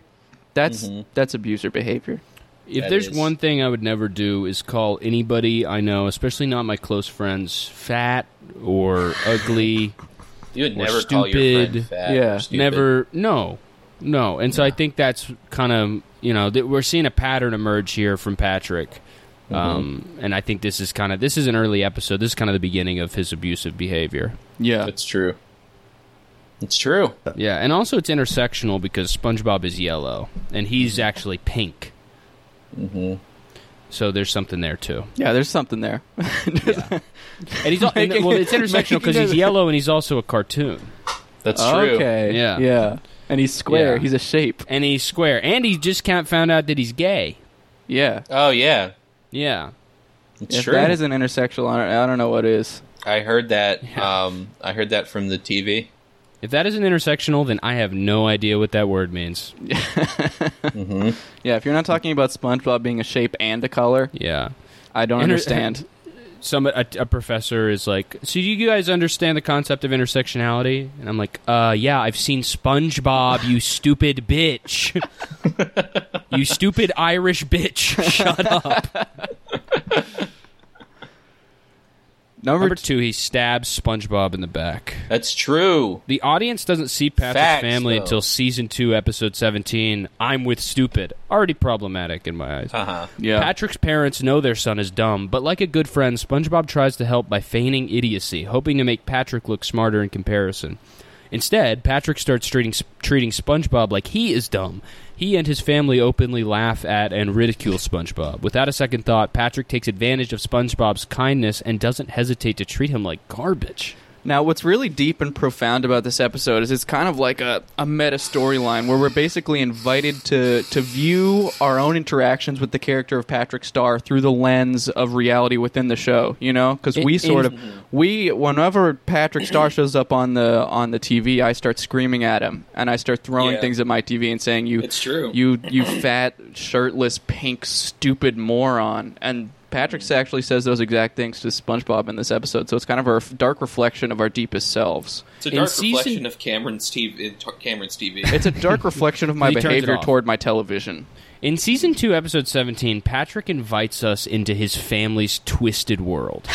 That's that's abuser behavior.
If
That
there's
is-
one thing I would never do is call anybody I know, especially not my close friends, fat or ugly.
You would
Or
never call your friend
stupid.
fat.
Yeah.
or stupid.
Never, no, no. And so I think that's kind of you know that we're seeing a pattern emerge here from Patrick,
Mm-hmm.
um, and I think this is kind of this is an early episode. This is kind of the beginning of his abusive behavior.
Yeah,
It's true. It's true.
Uh,
Yeah, and also it's intersectional because SpongeBob is yellow and he's actually pink. Mm-hmm.
Mm-hmm.
So there's something there too.
yeah. There's something there. (laughs)
And he's all, and,
Making-
well, it's intersectional because
making
he's
it-
yellow and he's also a cartoon,
That's true.
okay.
Yeah.
yeah. And he's square.
Yeah.
He's a shape.
and he's square, and he just can't found out that he's gay.
Yeah.
Oh yeah.
Yeah,
It's
if
true.
that isn't intersectional, I don't, I don't know what is.
I heard that um I heard that from the TV.
if that isn't intersectional, then I have no idea what that word means.
Yeah. If you're not talking about SpongeBob being a shape and a color,
Yeah,
I don't
Inter-
understand.
some a, a professor is like, "So do you guys understand the concept of intersectionality?" And I'm like, "Uh, yeah, I've seen SpongeBob, you stupid bitch, (laughs) you stupid Irish bitch. (laughs) Shut up." Number two, he stabs SpongeBob in the back.
That's true.
The audience doesn't see Patrick's
Facts,
family
though.
until season two, episode seventeen. I'm with stupid, already problematic in my eyes.
Uh huh.
Yeah.
Patrick's parents know their son is dumb, but like a good friend, SpongeBob tries to help by feigning idiocy, hoping to make Patrick look smarter in comparison. Instead, Patrick starts treating, treating SpongeBob like he is dumb. He and his family openly laugh at and ridicule SpongeBob. Without a second thought, Patrick takes advantage of SpongeBob's kindness and doesn't hesitate to treat him like garbage.
Now, what's really deep and profound about this episode is it's kind of like a, a meta storyline where we're basically invited to, to view our own interactions with the character of Patrick Starr through the lens of reality within the show, you know? Because we
It
sort
is-
of, we, whenever
(clears throat)
Patrick Starr shows up on the on the TV, I start screaming at him and I start throwing
Yeah.
things at my TV and saying, you,
It's true.
you, you fat, shirtless, pink, stupid moron. And Patrick
Mm.
actually says those exact things to SpongeBob in this episode, so it's kind of a ref- dark reflection of our deepest selves.
It's a
In
dark
season-
reflection of Cameron's TV. in T- Cameron's TV.
It's a
(laughs)
dark reflection of my
He turns it
behavior
off.
toward my television.
In season 2, episode 17, Patrick invites us into his family's twisted world.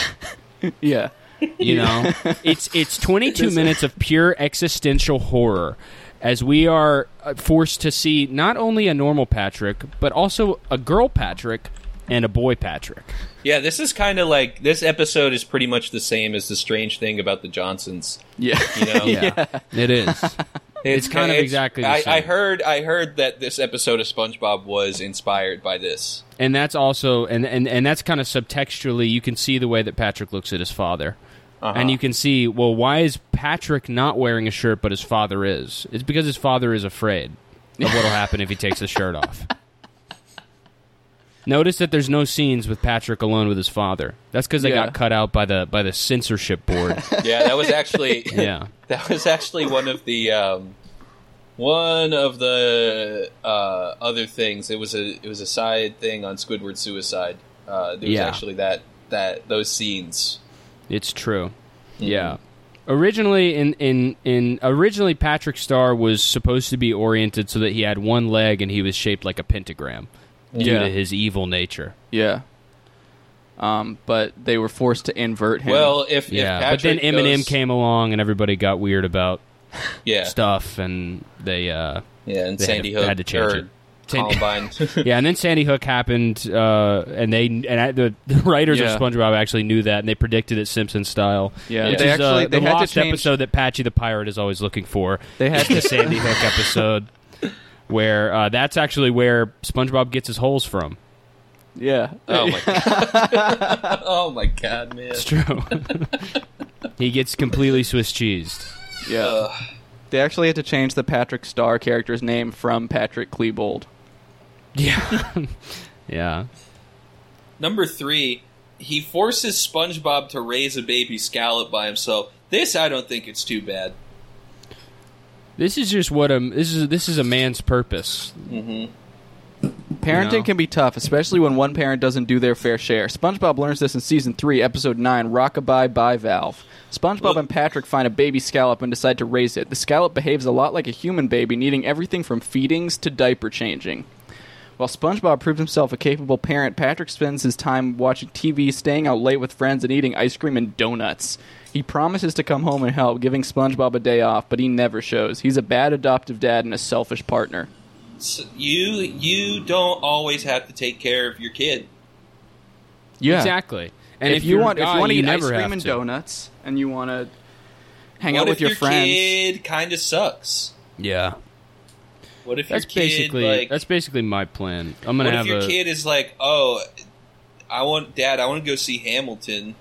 Yeah.
You know, (laughs) it's it's 22 minutes of pure existential horror as we are uh, forced to see not only a normal Patrick, but also a girl Patrick and a boy Patrick.
(laughs) yeah, this is kind of like this episode is pretty much the same as the strange thing about the Johnsons.
(laughs) Yeah.
You know,
it is. It's kind of exactly the
I, I
same.
heard. I heard that this episode of SpongeBob was inspired by this.
And that's also and and and that's kind of subtextually you can see the way that Patrick looks at his father. and you can see well why is Patrick not wearing a shirt but his father is? It's because his father is afraid of what'll happen if he takes his shirt off. Notice that there's no scenes with Patrick alone with his father. That's because they
Yeah.
got cut out by the by the censorship board.
Yeah, that was actually (laughs)
(laughs) yeah.
that was actually one of the um, one of the uh, other things. It was a it was a side thing on Squidward suicide. Uh, there was
Yeah.
actually that that those scenes.
It's true. (laughs) Yeah. Originally in, in in originally Patrick Star was supposed to be oriented so that he had one leg and he was shaped like a pentagram due
Yeah.
to his evil nature.
Yeah. Um, but they were forced to invert him.
Well, if
yeah.
if
But then
Patrick
Eminem
goes-
came along and everybody got weird about
yeah
stuff and they uh
yeah and
they had
Sandy
to-
Hook
had to change
or
it. Sandy- (laughs)
Columbine. (laughs)
(laughs)
yeah, and then Sandy Hook happened, uh, and they and I, the, the writers
Yeah.
of SpongeBob actually knew that, and they predicted it Simpson style.
Yeah.
which
They
is, uh,
actually- they
the
had to
lost
change-
episode that Patchy the Pirate is always looking for.
They had
It's the Sandy
(laughs)
Hook episode where uh, that's actually where SpongeBob gets his holes from.
yeah.
oh my god! oh my god, man!
It's true. (laughs) he gets completely Swiss cheesed.
(laughs) Yeah. They actually had to change the Patrick Star character's name from Patrick Klebold.
Yeah, (laughs) yeah.
Number three, he forces SpongeBob to raise a baby scallop by himself. This I don't think it's too bad.
This is just what a this is this is a man's purpose.
Parenting
No.
can be tough, especially when one parent doesn't do their fair share. SpongeBob learns this in season three, episode nine, Rockabye Bivalve. SpongeBob
Look-
and Patrick find a baby scallop and decide to raise it. The scallop behaves a lot like a human baby, needing everything from feedings to diaper changing. While SpongeBob proves himself a capable parent, Patrick spends his time watching TV, staying out late with friends, and eating ice cream and donuts. He promises to come home and help, giving SpongeBob a day off, but he never shows. He's a bad adoptive dad and a selfish partner.
S- You you don't always have to take care of your kid.
Yeah.
Exactly. And
if, you
you're a
want, if
guy,
you want to eat
never
ice
have
cream and
to.
donuts, and you want to hang
what
out
if
with your, friends,
kid kind of sucks?
yeah.
What if
That's
your kid
basically
like?
that's basically my plan. I'm
what
gonna
if
have
your
a
kid is like, oh, I want dad, I want to go see Hamilton or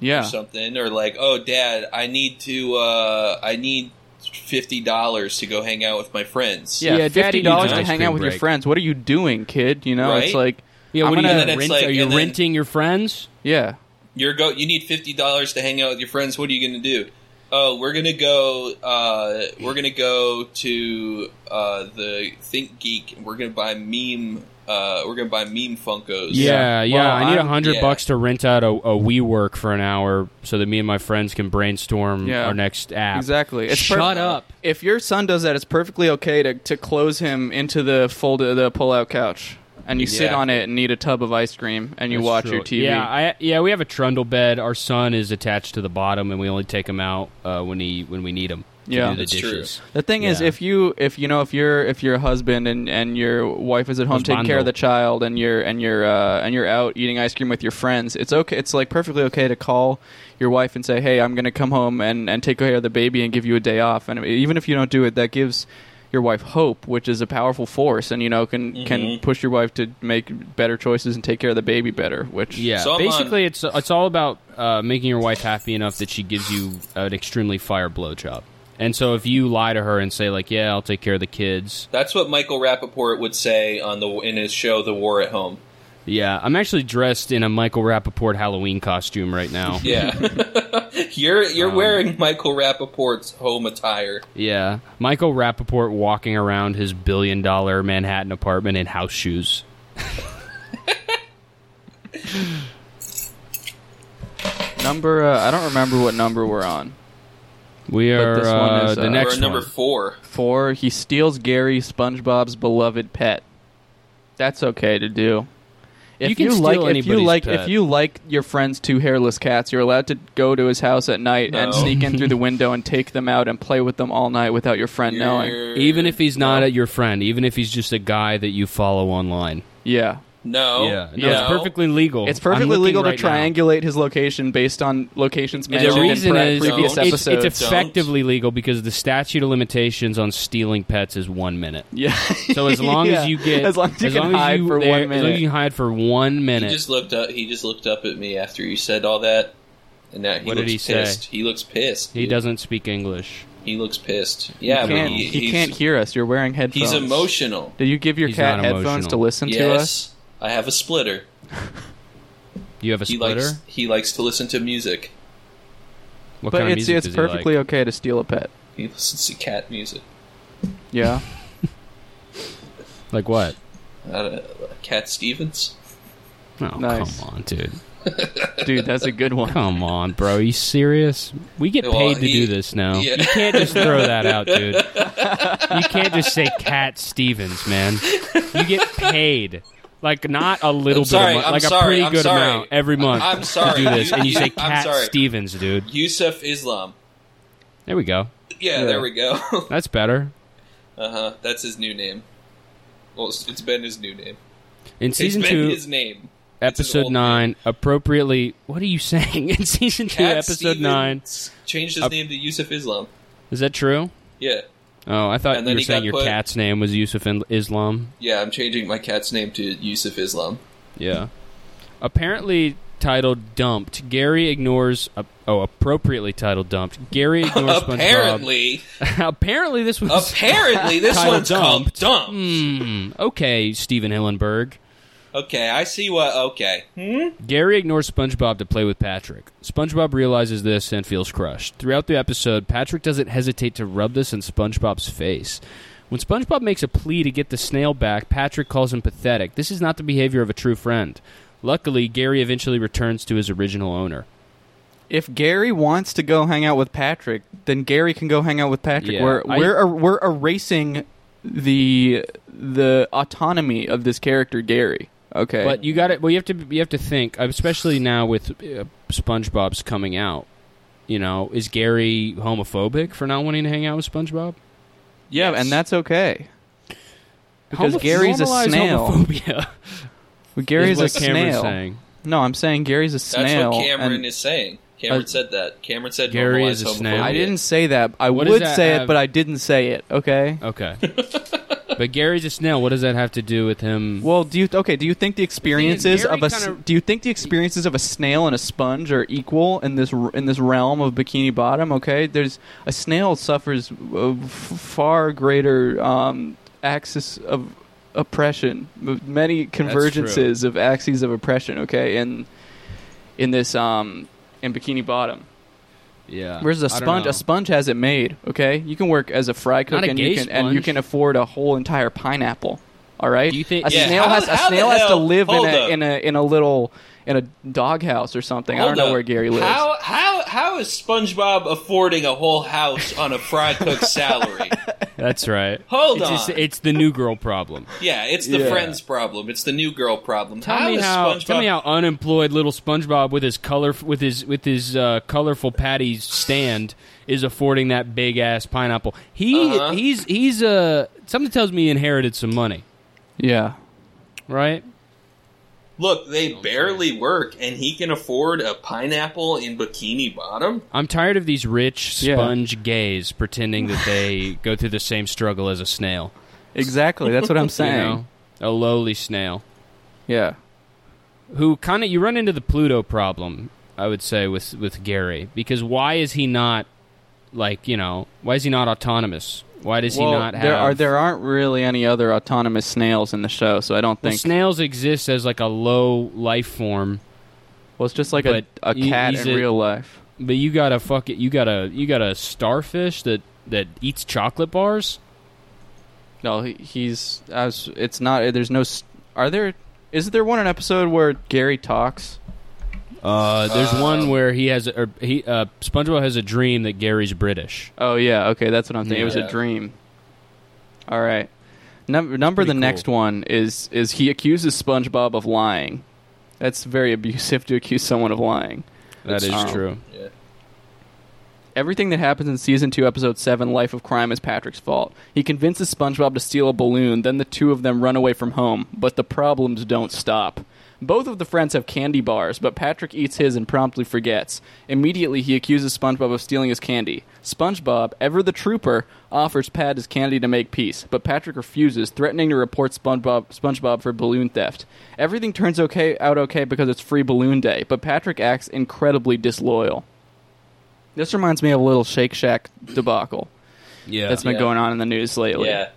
yeah,
something, or like, oh, dad, I need to, uh, I need fifty dollars to go hang out with my friends.
yeah,
Yeah, daddy
fifty
needs
dollars
an
to
ice
hang
cream
out with your
break.
friends. What are you doing, kid? You know, it's
Right?
like
yeah.
I'm
What are
gonna-
And
you
then
gonna
it's
rent?
like-
are you
and then-
renting your friends?
yeah,
you're go you need fifty dollars to hang out with your friends. What are you gonna do? Oh, we're gonna go. Uh, we're gonna go to uh, the Think Geek. and We're gonna buy meme. Uh, we're gonna buy meme Funkos.
Yeah, yeah.
Well,
I need a
I'm-
hundred
yeah.
bucks to rent out a, a WeWork for an hour so that me and my friends can brainstorm
Yeah.
our next app.
exactly. It's
Shut
perfect.
up.
If your son does that, it's perfectly okay to to close him into the fold the pull out couch, and you sit
Yeah.
on it and eat a tub of ice cream, and you
That's
watch
true.
your TV.
Yeah, I, yeah. We have a trundle bed. Our son is attached to the bottom, and we only take him out uh, when he when we need him. To
Yeah.
do the
That's true.
dishes.
The thing is,
Yeah.
if you if you know if you're if you're a husband and and your wife is at home taking care
Husbando.
of the child and you're and you're uh, and you're out eating ice cream with your friends, it's okay. It's like perfectly okay to call your wife and say, "Hey, I'm going to come home and and take care of the baby and give you a day off." And even if you don't do it, that gives your wife hope, which is a powerful force, and you know can
Mm-hmm.
can push your wife to make better choices and take care of the baby better. Which
Yeah,
So I'm
basically,
on-
it's it's all about uh, making your wife happy enough that she gives you an extremely fire blowjob. And so, if you lie to her and say like, "Yeah, I'll take care of the kids,"
that's what Michael Rappaport would say on the in his show The War at Home.
yeah, I'm actually dressed in a Michael Rappaport Halloween costume right now.
Yeah, (laughs) you're you're
Um,
wearing Michael Rappaport's home attire.
yeah, Michael Rappaport walking around his billion dollar Manhattan apartment in house shoes.
number uh, I don't remember what number we're on.
We are
this one
uh,
is,
the
uh,
next
We're at number
one.
four.
Four, he steals Gary, SpongeBob's beloved pet. That's okay to do. If
You can steal
like, if you
anybody's
like,
pet.
if you like your friend's two hairless cats, you're allowed to go to his house at night
No.
and sneak in
(laughs)
through the window and take them out and play with them all night without your friend knowing.
You're-
Even if he's not your friend, even if he's just a guy that you follow online.
Yeah,
no,
yeah, no,
yeah.
it's perfectly legal.
it's
I'm
perfectly
looking
legal
right
to
now.
triangulate his location based on locations
The
mentioned in
reason
pre-
is
previous
Don't.
it's,
episodes.
it's effectively legal because the statute of limitations on stealing pets is one minute.
yeah. (laughs)
So as long
Yeah.
as you get
as long as you can
long as
hide
you-
for
there-
one
as long as you
minute.
can hide for one
He
minute,
just looked up. He just looked up at me after you said all that, and that he
What did
looks
he say?
pissed. He looks pissed.
He doesn't speak English.
He looks pissed. Yeah,
he
but
can't,
he,
he
he's,
can't hear us. You're wearing
He's
headphones.
emotional.
Did you give your
He's
cat
not
headphones
emotional.
to listen to us?
Yes, I have a splitter.
You have a
He
splitter.
likes he likes to listen to music.
what
But
kind of
it's
music
it's
does
perfectly
He like?
okay to steal a pet.
He listens to cat music.
(laughs) Yeah.
like what?
Uh, Cat Stevens.
Oh,
Nice.
come on, dude.
Dude, that's a good one.
Come on, bro. Are you serious? We get
Well,
paid to
he-
do this now.
yeah.
You can't just throw that
(laughs)
out, dude. You can't just say Cat Stevens, man. You get paid. Like not a little
I'm sorry,
bit, of
I'm
mo- like
sorry,
a pretty
I'm
good
sorry.
amount every month.
I'm sorry.
to do this,
You-
and you
you-
say
I'm
Cat
sorry.
Stevens, dude.
Yusuf Islam.
There we go.
Yeah,
Yeah.
there we go. (laughs) uh
That's better.
huh. That's his new name. Well, it's it's been his new name.
In season
it's been
two,
his name. It's his
episode
old
nine, appropriately. What are you saying? (laughs) In season two,
Cat
episode
Stevens
nine,
Changed his
Up-
name to Yusuf Islam.
is that true?
Yeah.
Oh, I thought
And
you
then
were
he
saying
got
your
put-
cat's name was Yusuf in- Islam.
Yeah, I'm changing my cat's name to Yusuf Islam.
Yeah. Apparently titled Dumped, Gary ignores. Uh, oh, appropriately titled Dumped. Gary ignores SpongeBob.
Apparently,
(laughs) Apparently, this was.
apparently, this
Title
one's called
dumped.
Dump.
Hmm, okay, Steven Hillenberg.
Okay, I see what. Okay,
Gary ignores SpongeBob to play with Patrick. SpongeBob realizes this and feels crushed. Throughout the episode, Patrick doesn't hesitate to rub this in SpongeBob's face. When SpongeBob makes a plea to get the snail back, Patrick calls him pathetic. This is not the behavior of a true friend. Luckily, Gary eventually returns to his original owner.
(laughs) If Gary wants to go hang out with Patrick, then Gary can go hang out with Patrick.
Yeah,
we're
I-
we're er- we're erasing the the autonomy of this character Gary. Okay.
But you got it. Well, you have to you have to think, especially now with uh, SpongeBob's coming out. You know, is Gary homophobic for not wanting to hang out with SpongeBob?
yeah,
Yes.
and that's okay. Because
Homo-
Gary's a
normalize
snail.
Homophobia.
(laughs)
is
Gary's a
what Cameron's
snail.
saying.
No, I'm saying Gary's a
that's
snail.
what Cameron
and-
is saying. Cameron
Uh,
said that. Cameron said
Gary
normalize
is a
homophobia.
snail.
I didn't say that. I
What does
would
that
say it,
have-
but I didn't say it. Okay.
Okay. but Gary's a snail. What does that have to do with him?
Well, do you okay? Do you think the experiences
Gary
of a s-
kinda-
do you think the experiences of a snail and a sponge are equal in this r- in this realm of Bikini Bottom? Okay, there's a snail suffers a f- far greater um, axis of oppression, m- many convergences of axes of oppression. Okay, in in this um in Bikini Bottom,
yeah.
whereas a
I don't
sponge
know.
a sponge has it made. Okay, you can work as a fry cook
Not a
and you
gay
can and you
sponge.
can afford a whole entire pineapple. All right.
Do you think-
a
Yeah,
snail
how-
has a
how the
snail has to
hell-
live in
hold
a,
up.
in a in a little in a doghouse or something? I
Hold
don't know
up.
where Gary lives.
How how how is SpongeBob affording a whole house on a fry
(laughs)
cook's salary?
That's right.
Hold
it's
on.
just- it's the new girl problem.
yeah, it's the
Yeah.
friends problem. It's the new girl problem.
Tell me
is
how.
SpongeBob
Tell me how unemployed little SpongeBob with his color with his with his uh, colorful patty stand is affording that big ass pineapple. He
Uh-huh.
he's he's uh something tells me he inherited some money,
Yeah.
right?
Look, they barely work, and he can afford a pineapple in Bikini Bottom.
I'm tired of these rich
Yeah.
sponge gays pretending that they
(laughs)
go through the same struggle as a snail.
Exactly. That's (laughs) what I'm
You
saying.
know, a lowly snail.
Yeah.
who kind of you run into the Pluto problem, I would say with with Gary because why is he not like you know why is he not autonomous? Why does
well,
he not have?
there are there aren't really any other autonomous snails in the show, so I don't
Well,
think.
snails exist as like a low life form,
well, it's just like
but
a, a
he-
cat
he's
in
a-
real life.
but you got to fuck it. You got to you got a starfish that that eats chocolate bars.
No, he, he's as it's not. There's no. s- Are there? Is there one an episode where Gary talks?
Uh, there's one where he has or he uh, SpongeBob has a dream that Gary's British.
Oh yeah, okay, that's what I'm thinking. It was
Yeah.
a dream. All right. Number, number the
pretty
next
cool.
one is is he accuses SpongeBob of lying. That's very abusive (laughs) to accuse someone of lying.
That
That's
is
true.
true.
Yeah.
Everything that happens in season 2 episode 7 Life of Crime is Patrick's fault. He convinces SpongeBob to steal a balloon, then the two of them run away from home, but the problems don't stop. Both of the friends have candy bars, but Patrick eats his and promptly forgets. Immediately, he accuses SpongeBob of stealing his candy. SpongeBob, ever the trooper, offers Pat his candy to make peace, but Patrick refuses, threatening to report SpongeBob, SpongeBob for balloon theft. Everything turns okay out okay because it's free balloon day, but Patrick acts incredibly disloyal. This reminds me of a little Shake Shack debacle
Yeah.
that's been
Yeah.
going on in the news lately.
Yeah.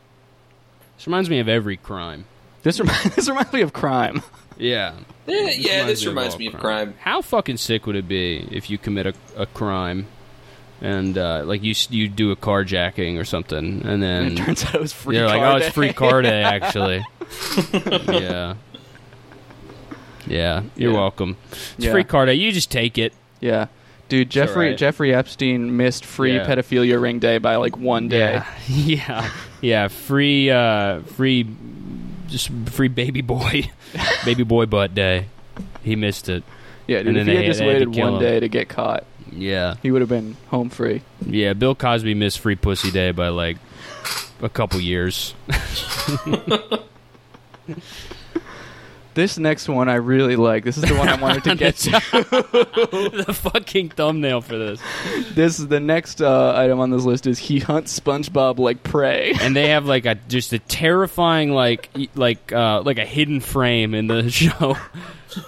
This reminds me of every crime.
This, remi- (laughs) this reminds me of crime. (laughs)
Yeah.
Yeah, Eh, yeah, this reminds
all
me of crime.
How fucking sick would it be if you commit a, a crime and uh, like you s- you do a carjacking or something and then
it turns out it was
(laughs)
free.
you're Mm-hmm. like,
car
oh, it's
day."
free car
(laughs)
day actually. yeah. Yeah, you're
Yeah.
welcome. It's
Yeah.
free car day. You just take it.
Yeah, dude, Jeffrey
alright.
Jeffrey Epstein missed free
Yeah.
pedophilia ring day by like one day.
yeah, (laughs) yeah. Free, uh, free, just free baby boy, (laughs) baby boy butt day. He missed it.
Yeah, dude,
And
if
then
he had
they-
just
they had to
waited
kill
one
him.
day to get caught,
Yeah,
he would have been home free.
yeah. Bill Cosby missed free pussy day by like a couple years.
This next one I really like. This is the one I
(laughs)
wanted to get to.
the fucking thumbnail for this,
This the next uh, item on this list is he hunts SpongeBob like prey.
and they have like a just a terrifying like e- like uh like a hidden frame in the (laughs) show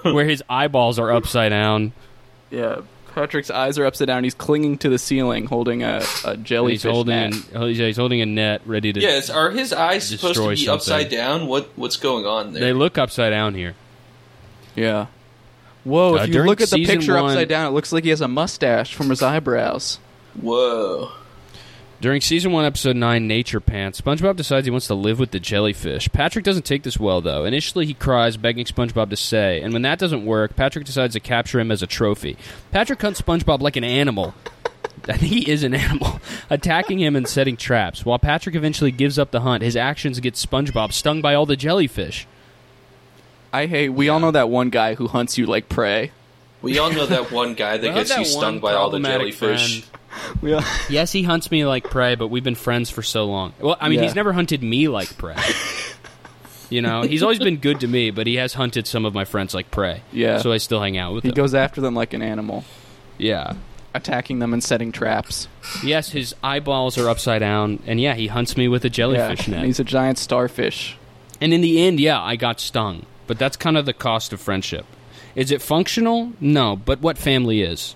where his eyeballs are upside down.
yeah, Patrick's eyes are upside down. He's clinging to the ceiling, holding a, a jellyfish.
He's holding
net.
he's holding a net ready to.
Yes, are his eyes supposed to
Destroy
be
something.
upside down? What what's going on there?
They look upside down here.
Yeah. Whoa!
Uh,
if you
during
look at the
season
picture
one-
upside down, it looks like he has a mustache from his eyebrows.
Whoa.
During season one, episode nine, Nature Pants, SpongeBob decides he wants to live with the jellyfish. Patrick doesn't take this well, though. Initially, he cries, begging SpongeBob to stay. And when that doesn't work, Patrick decides to capture him as a trophy. Patrick hunts SpongeBob like an animal. (laughs) I think he is an animal, (laughs) attacking him and setting traps. While Patrick eventually gives up the hunt, his actions get SpongeBob stung by all the jellyfish.
I hate. We all know that one guy who hunts you like prey.
We all know that one guy that
I have
gets you
that one
stung by all the
problematic
jellyfish.
friend.
We all-
Yes, he hunts me like prey, but we've been friends for so long. Well, I mean,
Yeah.
he's never hunted me like
(laughs)
prey. you know, he's always been good to me, but he has hunted some of my friends like prey.
Yeah.
So I still hang out with
he
him.
goes after them like an animal,
yeah.
attacking them and setting traps.
Yes, his eyeballs are upside down, and yeah, he hunts me with a jellyfish
yeah.
net.
and he's a giant starfish.
and in the end, yeah, I got stung. But that's kind of the cost of friendship. Is it functional? No, but what family is?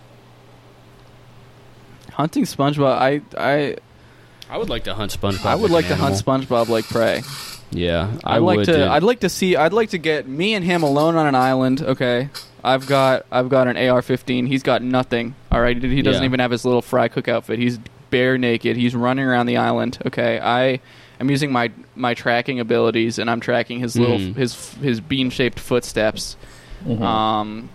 Hunting SpongeBob, I I
I would like to hunt SpongeBob.
I would like to hunt SpongeBob like prey.
Yeah, I
I'd like
would.
to.
dude.
I'd like to see. I'd like to get me and him alone on an island. Okay, I've got I've got an AR-15. He's got nothing. All right, he doesn't
Yeah.
even have his little fry cook outfit. He's bare naked. He's running around the island. Okay, I am using my my tracking abilities, and I'm tracking his little
Mhm.
his his bean shaped footsteps.
Mm-hmm.
Um.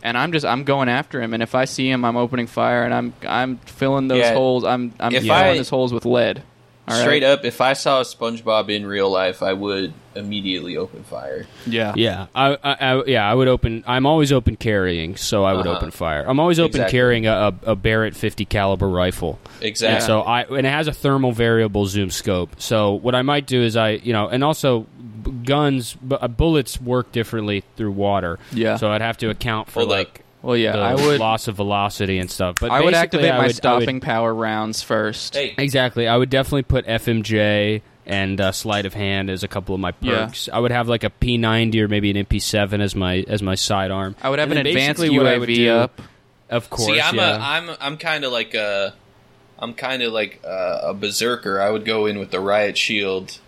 And I'm just I'm going after him, and if I see him, I'm opening fire, and I'm I'm filling those
Yeah.
holes. I'm I'm
If
filling
I-
those holes with lead. All right?
Straight up, if I saw SpongeBob in real life, I would immediately open fire.
yeah,
Yeah, I, I, I yeah, I would open. I'm always open carrying, so I would
Uh-huh.
open fire. I'm always open
Exactly.
carrying a, a, a Barrett 50 caliber rifle, and
Exactly.
so I and it has a thermal variable zoom scope. So what I might do is I, you know, and also b- guns, bu- uh, bullets work differently through water.
Yeah.
so I'd have to account for
Well, like,
like.
Well, yeah,
the
I would
loss of velocity and stuff. But
I would
basically, I
activate my
would- I would-
stopping power rounds first.
Hey,
Exactly. I would definitely put FMJ and uh, sleight of hand as a couple of my
Yeah.
perks. I would have like a P90 or maybe an MP7 as my as my sidearm.
I would have
And
an
then
advanced
basically what I
UAV
would do-
up.
Of course.
see, I'm
yeah.
a, I'm, I'm kind of like a, I'm kind of like a, a berserker. I would go in with the riot shield.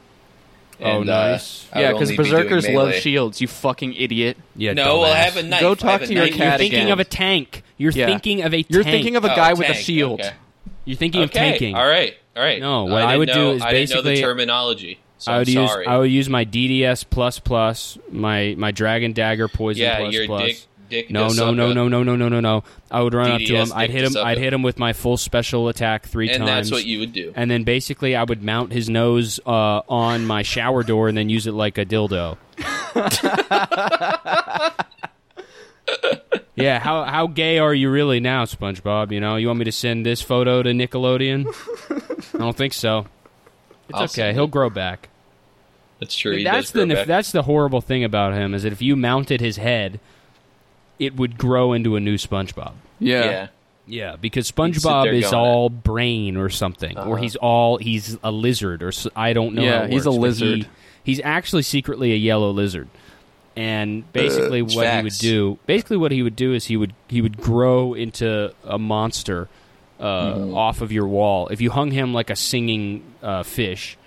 Oh,
uh,
nice.
I would
Yeah, because
only be doing
berserkers love
melee.
shields. You fucking idiot.
yeah,
No, well, I have a
dumbass.
knife.
Go
I
talk
have a
to your
knife.
cat
You're thinking
again.
of a tank. You're
Yeah.
thinking of a.
You're
tank.
thinking of a
Oh,
guy with a
tank,
shield.
okay.
You're thinking of
okay.
tanking.
All right. All right.
No, what
didn't
I would do
know-
is
I didn't know the
basically-
terminology. So
I would
am
use
sorry.
I would use my DDS plus plus my my dragon dagger poison
yeah,
plus
your
plus.
dick. Dick.
No,
does
no, no,
suck
no,
up.
no, no, no, no, no. I would run up to
DDS
him. I'd
dick
hit him.
does
I'd
up.
hit him with my full special attack three
And
times.
that's what you would do.
and then basically I would mount his nose uh, on my shower door and then use it like a dildo. (laughs) yeah, how how gay are you really now, SpongeBob? You know, you want me to send this photo to Nickelodeon? I don't think so. It's
I'll
okay.
send
He'll
it.
grow back.
That's true. he
that's
does grow
the
back.
that's the horrible thing about him is that if you mounted his head, it would grow into a new SpongeBob.
Yeah.
yeah.
Yeah, because
sit there
SpongeBob is
going
all brain or something, or he's all he's a lizard, or s- I don't know. how
Uh-huh. Yeah,
it
he's a
works, but he-
lizard.
he's actually secretly a yellow lizard,
Uh,
and basically what he would
facts.
do, basically what he would do is he would he would grow into a monster uh,
Mm-hmm.
off of your wall. If you hung him like a singing uh, fish,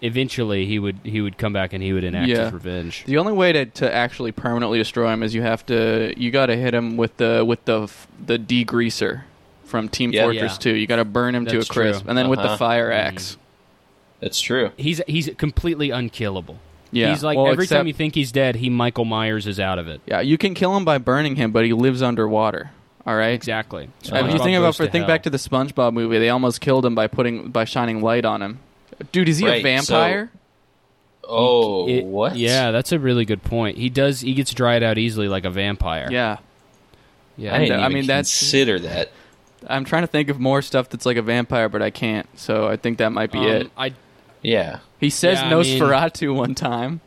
eventually he would he would come back and he would enact
Yeah.
his revenge.
The only way to, to actually permanently destroy him is you have to you got to hit him with the with the f- the degreaser from Team
Yeah.
Fortress
Yeah.
2. You got to burn him
That's
to a crisp
true.
and then with the
Uh-huh.
fire axe.
That's true.
He's he's completely unkillable.
Yeah.
He's like
Well,
every
except-
time you think he's dead, he Michael Myers is out of it.
Yeah, you can kill him by burning him, but he lives underwater. All right.
Exactly.
Uh, if you
SpongeBob
think about
goes
for think
hell.
back to the SpongeBob movie, they almost killed him by putting by shining light on him. Dude, is he a
Right,
vampire?
Oh,
It-
what?
Yeah, that's a really good point. He does. He gets dried out easily like a vampire.
yeah.
yeah.
I didn't
I
even
mean, that's-
consider that.
I'm trying to think of more stuff that's like a vampire, but I can't. So I think that might be
Um,
it.
I-
Yeah.
He says
yeah, I mean-
Nosferatu one time.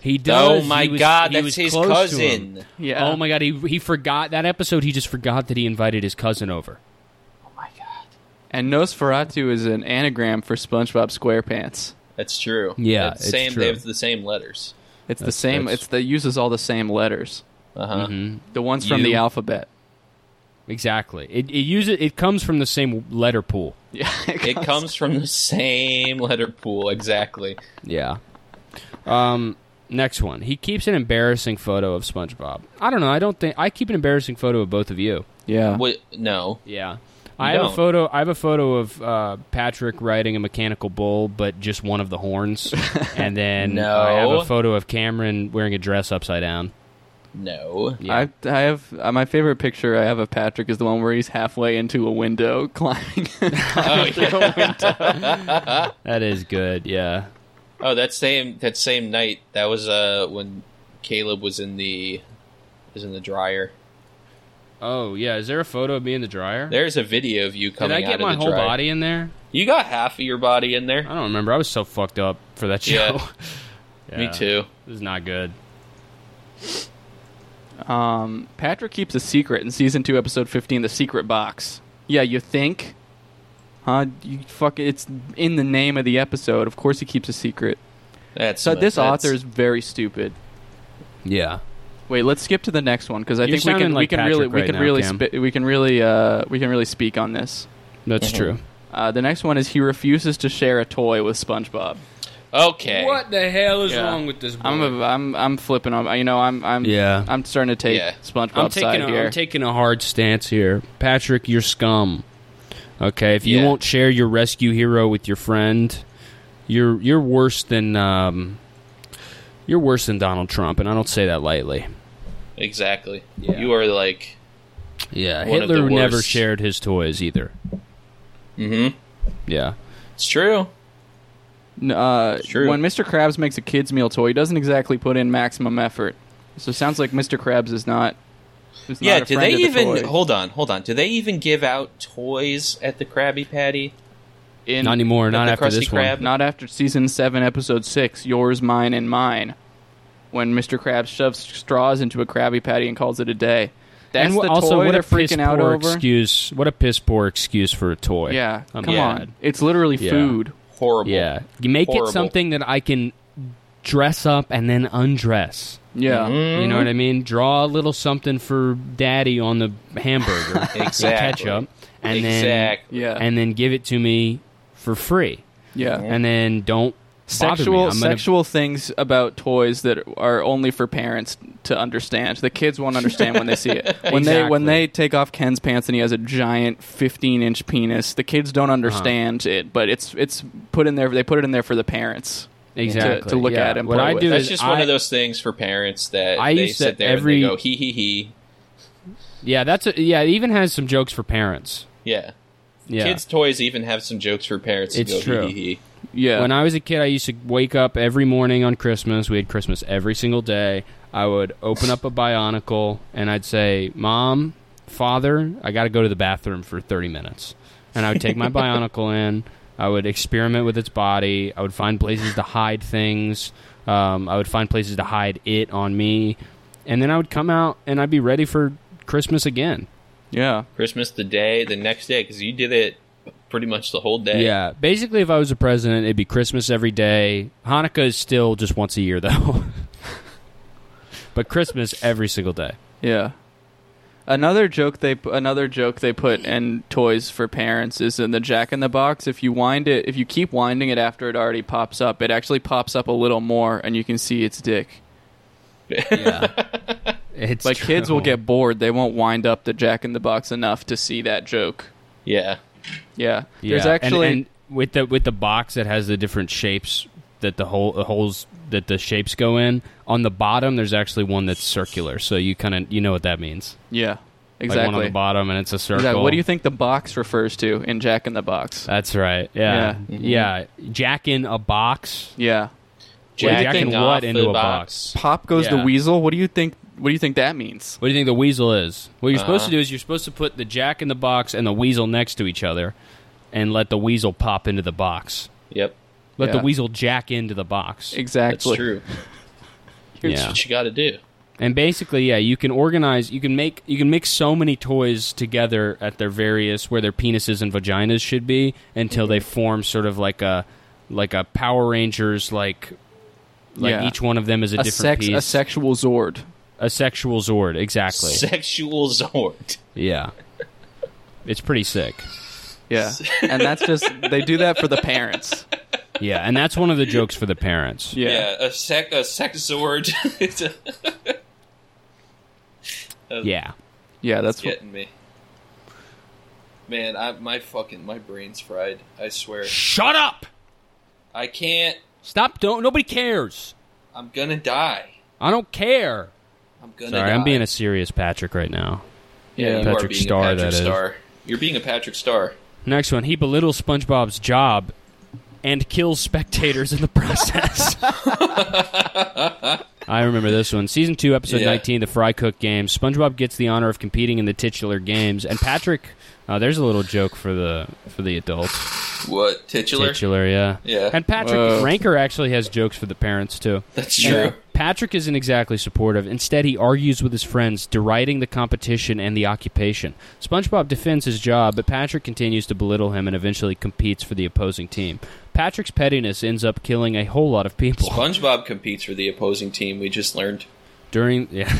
he does.
oh my
He was-
god,
he was
that's his
close to him.
cousin.
Yeah.
Oh my god, he he forgot that episode. He just forgot that he invited his cousin over.
Oh my god.
And Nosferatu is an anagram for SpongeBob SquarePants.
That's true.
Yeah,
That's
it's
same.
true.
They have the same letters.
It's the
That's-
same.
that's-
It's that uses all the same letters.
Uh huh.
Mhm.
The ones from the
You-
alphabet.
Exactly. It it uses it comes from the same letter pool.
Yeah. (laughs)
It comes from the same letter pool, exactly.
Yeah. Um. Next one. He keeps an embarrassing photo of SpongeBob. I don't know. I don't think I keep an embarrassing photo of both of you.
Yeah.
What? No.
Yeah. I have a
don't.
photo. I have a photo of uh, Patrick riding a mechanical bull, but just one of the (laughs) horns, and then
No.
I have a photo of Cameron wearing a dress upside down.
No.
Yeah.
I, I have uh, my favorite picture I have of Patrick is the one where he's halfway into a window (laughs) climbing.
(laughs)
Oh, yeah.
That is good. Yeah,
oh, that same that same night. That was uh when Caleb was in the was in the dryer.
Oh yeah, is there a photo of me in the dryer?
There's a video of you
Did
coming
I
out
get
of
my
the
whole
dryer.
body in there?
You got half of your body in there.
I don't remember. I was so fucked up for that show.
Yeah. (laughs)
Yeah.
Me too.
It was not good.
um, Patrick keeps a secret in season two, episode fifteen, the secret box. Yeah, you think? Huh? You fuck. It's in the name of the episode. Of course, he keeps a secret.
That's
So this
that's-
author is very stupid.
Yeah.
Wait, let's skip to the next one because I
You're
think we can
sounding
we
like
can really
Patrick
we
right
can
now,
really
Cam.
spi- we can really uh, we can really speak on this.
(laughs) That's true.
Uh, the next one is he refuses to share a toy with SpongeBob.
okay.
What the hell is
Yeah.
wrong with this? Boy?
I'm a, I'm I'm flipping on. You know, I'm I'm
Yeah.
I'm starting to take
Yeah.
SpongeBob
I'm taking
side
a,
here.
am taking a hard stance here. Patrick, you're scum. Okay, if you
Yeah.
won't share your rescue hero with your friend, you're you're worse than um, you're worse than Donald Trump, and I don't say that lightly.
Exactly.
Yeah.
You are like.
Yeah,
One of the
Hitler never
worst.
shared his toys either.
Mm-hmm.
Yeah.
It's true.
N- uh,
true.
When Mr. Krabs makes a kids meal toy, he doesn't exactly put in maximum effort. So it sounds like Mr. Krabs is not. Is
Yeah.
not a
Do
friend
they
of the
even
toy.
hold on? Hold on. Do they even give out toys at the Krabby Patty?
in,
Not e- anymore. Not
the
after
Krusty
this
Krab?
one.
not after season seven, episode six, yours, mine, and mine, when Mr. Krabs shoves straws into a Krabby Patty and calls it a day. That's
and wh-
the
also,
toy
what a
they're freaking
piss
out
poor
over.
excuse! What a piss poor excuse for a toy.
Yeah,
Oh my
come
Yeah.
on, it's literally
Yeah.
food.
Horrible.
Yeah, you make
Horrible.
it something that I can dress up and then undress.
Yeah,
You
Mm-hmm.
know what I mean? Draw a little something for daddy on the hamburger,
(laughs)
and
Exactly.
ketchup, and
exactly.
yeah,
then and then give it to me for free,
yeah.
Mm-hmm.
and then don't bother
sexual
me. I'm gonna-
sexual things about toys that are only for parents to understand. The kids won't understand when they
(laughs)
see it. When they when
Exactly.
they take off Ken's pants and he has a giant 15 inch penis, the kids don't
Uh-huh.
understand it. But it's it's put in there. They put it in there for the parents.
exactly
to look
yeah.
at and
What
play
I
with.
do
That's
is
just
I,
one of those things for parents that
I
they
use
sit
that
there
every-
and they go hee hee hee.
Yeah, that's a, yeah. It even has some jokes for parents.
Yeah.
Yeah.
Kids' toys even have some jokes for parents
It's
to go
true.
hee hee hee.
Yeah.
When I was a kid, I used to wake up every morning on Christmas. We had Christmas every single day. I would open up a bionicle and I'd say, Mom, Father, I got to go to the bathroom for 30 minutes. And I would take my bionicle in I would experiment with its body. I would find places to hide things. Um, I would find places to hide it on me, and then I would come out and I'd be ready for Christmas again.
Yeah.
Christmas the day, the next day, because you did it pretty much the whole day.
Yeah, basically, if I was a president, it'd be Christmas every day. Hanukkah is still just once a year though, (laughs) but Christmas every single day.
Yeah. Another joke they pu- another joke they put in toys for parents is in the Jack in the Box. If you wind it, if you keep winding it after it already pops up, it actually pops up a little more, and you can see its dick.
Yeah, it's
Like kids will
true.
get bored; they won't wind up the Jack in the Box enough to see that joke.
yeah.
Yeah,
Yeah,
there's actually
and, and with the with the box that has the different shapes that the hole the holes that the shapes go in on the bottom. There's actually one that's circular, so you kind of you know what that means.
yeah,
Like one on
exactly.
the bottom, and it's a circle.
Exactly. What do you think the box refers to in Jack in the Box?
That's right. Yeah, yeah. Jack in a box.
Yeah,
Jacking
Jacking
what
off
into
the
a
box.
pop goes
Yeah.
the weasel. What do you think? What do you think that means?
What do you think the weasel is? What you're
Uh-huh.
supposed to do is you're supposed to put the Jack in the box and the weasel next to each other, and let the weasel pop into the box.
Yep.
Let
Yeah.
the weasel jack into the box.
Exactly.
That's true. Here's
(laughs) Yeah.
what you got to do.
And basically, yeah, you can organize, you can make, you can mix so many toys together at their various where their penises and vaginas should be until
Mhm.
they form sort of like a, like a Power Rangers like, like
Yeah.
each one of them is a,
A
different
sex,
piece,
a sexual zord.
a sexual Zord, exactly.
Sexual (laughs) Zord.
yeah, it's pretty sick. (laughs)
Yeah, and that's just they do that for the parents.
Yeah, and that's one of the jokes for the parents.
Yeah,
Yeah, a sec a sex Zord. (laughs) It's a-
Yeah.
Yeah,
It's
that's what,
getting me. Man, I, my fucking my brain's fried. I swear,
Shut up!
I can't.
Stop! Don't. Nobody cares.
I'm gonna die.
I don't care.
I'm gonna.
Sorry,
die.
I'm being a serious Patrick right now.
yeah. You are
Patrick
being
Star,
a
that
Patrick
is.
Star. You're being a Patrick Star.
Next one. He belittles SpongeBob's job and kills spectators in the (laughs) process. I remember this one. Season 2, Episode
Yeah.
19, The Fry Cook Games. SpongeBob gets the honor of competing in the titular games. And Patrick, uh, there's a little joke for the for the adults.
What titular?
Titular, yeah. Uh.
Yeah.
And Patrick
Whoa.
Ranker actually has jokes for the parents, too.
That's
And
true.
Patrick isn't exactly supportive. Instead, he argues with his friends, deriding the competition and the occupation. SpongeBob defends his job, but Patrick continues to belittle him and eventually competes for the opposing team. Patrick's pettiness ends up killing a whole lot of people.
SpongeBob competes for the opposing team. We just learned.
During yeah,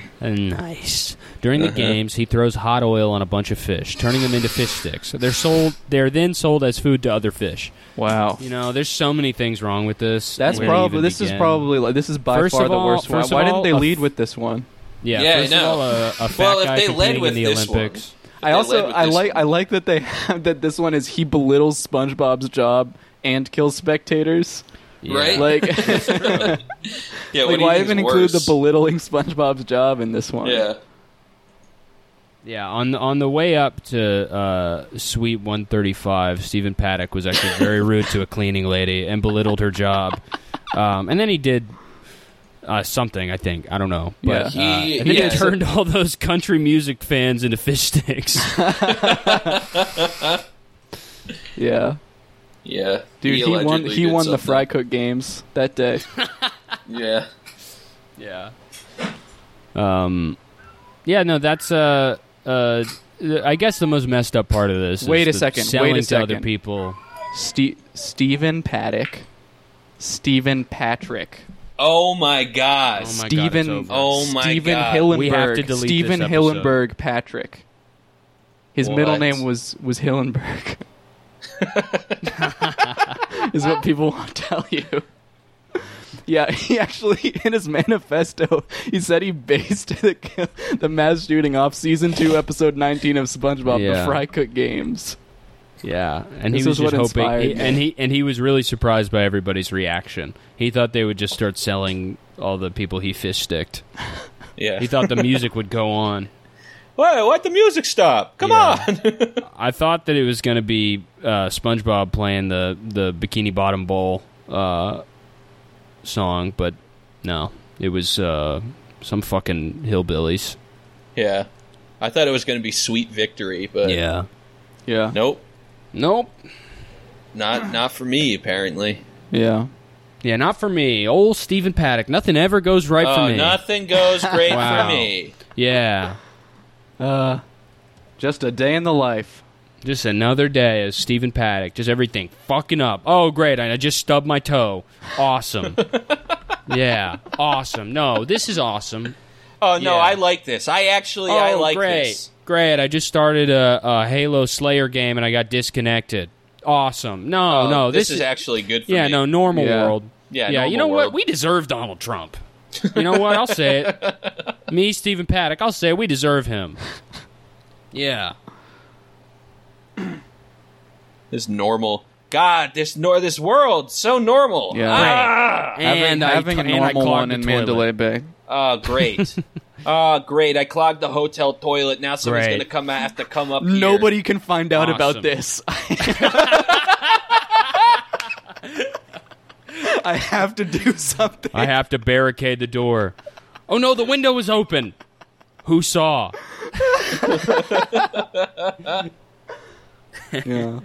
(laughs) nice. During
Uh-huh.
the games, he throws hot oil on a bunch of fish, turning them into fish sticks. They're sold. They're then sold as food to other fish.
wow.
You know, there's so many things wrong with this.
That's
Where do you
probably
even
this is
begin?
probably like this is by
First
far
of
the
all-
worst one.
first of
Why
all,
didn't they
a
lead
f-
with this one?
Yeah,
Yeah, I
first
know.
Of all, a, a fat
Well, if
guy
they
competing
led with
in the
this
Olympics.
one,
I
They
also
led with
I
this
like
one.
I like that they (laughs) have that this one is he belittles SpongeBob's job and kills spectators.
Yeah.
Right? (laughs)
Like, (laughs)
yeah. what
like
do you
why
think's
even include the
worse?
belittling SpongeBob's job in this one?
Yeah.
Yeah, on on the way up to uh, Suite 135, Stephen Paddock was actually very rude to a cleaning lady and belittled her job. Um, and then he did uh, something, I think. I don't know. But,
Yeah.
uh,
He-
and then
yeah,
he
so-
turned all those country music fans into fish sticks.
(laughs)
yeah.
Yeah.
Dude, he, won.
allegedly
He
did
won the
something.
Fry Cook Games that
(laughs)
day.
Yeah.
yeah. Um, yeah, no, that's. Uh, uh, I guess the most messed up part of this.
Wait
is the
a second, wait
Selling
a
to other
second.
people.
Ste- Stephen Paddock, Stephen Patrick,
Oh my God.
Oh my God, it's
Stephen,
over.
Oh my
Stephen
God.
Hillenberg,
We have to delete
Stephen
this episode.
Hillenberg Patrick. His middle
What?
name was
(laughs)
was Hillenberg. is what people won't tell you. Yeah, he actually in his manifesto he said he based the, the mass shooting off season two, episode nineteen of SpongeBob,
Yeah.
the Fry Cook Games.
Yeah, and he
This
was
is
just
what
hoping,
inspired
he-
me.
and he and he was really surprised by everybody's reaction. He thought they would just start selling all the people he fish sticked.
Yeah.
He thought the music would go on.
Whoa, let the music stop. Come
Yeah.
on. (laughs)
I thought that it was going to be uh, SpongeBob playing the the Bikini Bottom Bowl uh, song, but no, it was uh, some fucking hillbillies.
Yeah. I thought it was going to be sweet victory, but
yeah,
Yeah.
nope.
Nope.
Not not for me apparently.
Yeah.
Yeah, not for me. Old Stephen Paddock. Nothing ever goes right
Oh,
for me.
nothing goes great
Wow.
for me.
yeah.
Uh, just a day in the life.
Just another day as Stephen Paddock. Just everything fucking up. Oh, great. I I just stubbed my toe.
(laughs)
Awesome. yeah. Awesome. No, this
(laughs)
is awesome.
Oh no,
Yeah.
I like this. I actually
oh,
I like
great.
this.
Great. I just started a, a Halo Slayer game and I got disconnected. Awesome. No,
Oh,
no. This,
is, actually good for
Yeah,
me.
no, normal
Yeah.
world.
Yeah,
yeah.
normal
You know what?
world.
We deserve
(laughs)
Donald Trump. You know what? I'll say it. Me, Stephen Paddock. I'll say it. we
(laughs)
deserve him. Yeah.
This normal. God, this nor this world so normal.
Yeah.
Ah!
And I
having,
t-
having
and
a
I
normal
clogged
one
the
in
toilet.
Mandalay Bay.
Oh,
(laughs)
great. oh, great. I clogged the hotel toilet. Now someone's
Great.
going to come I have to come up here.
Nobody can find out
Awesome.
about this. (laughs) I have to do something.
I have to barricade the door. Oh no, the window was open. Who saw?
Yeah.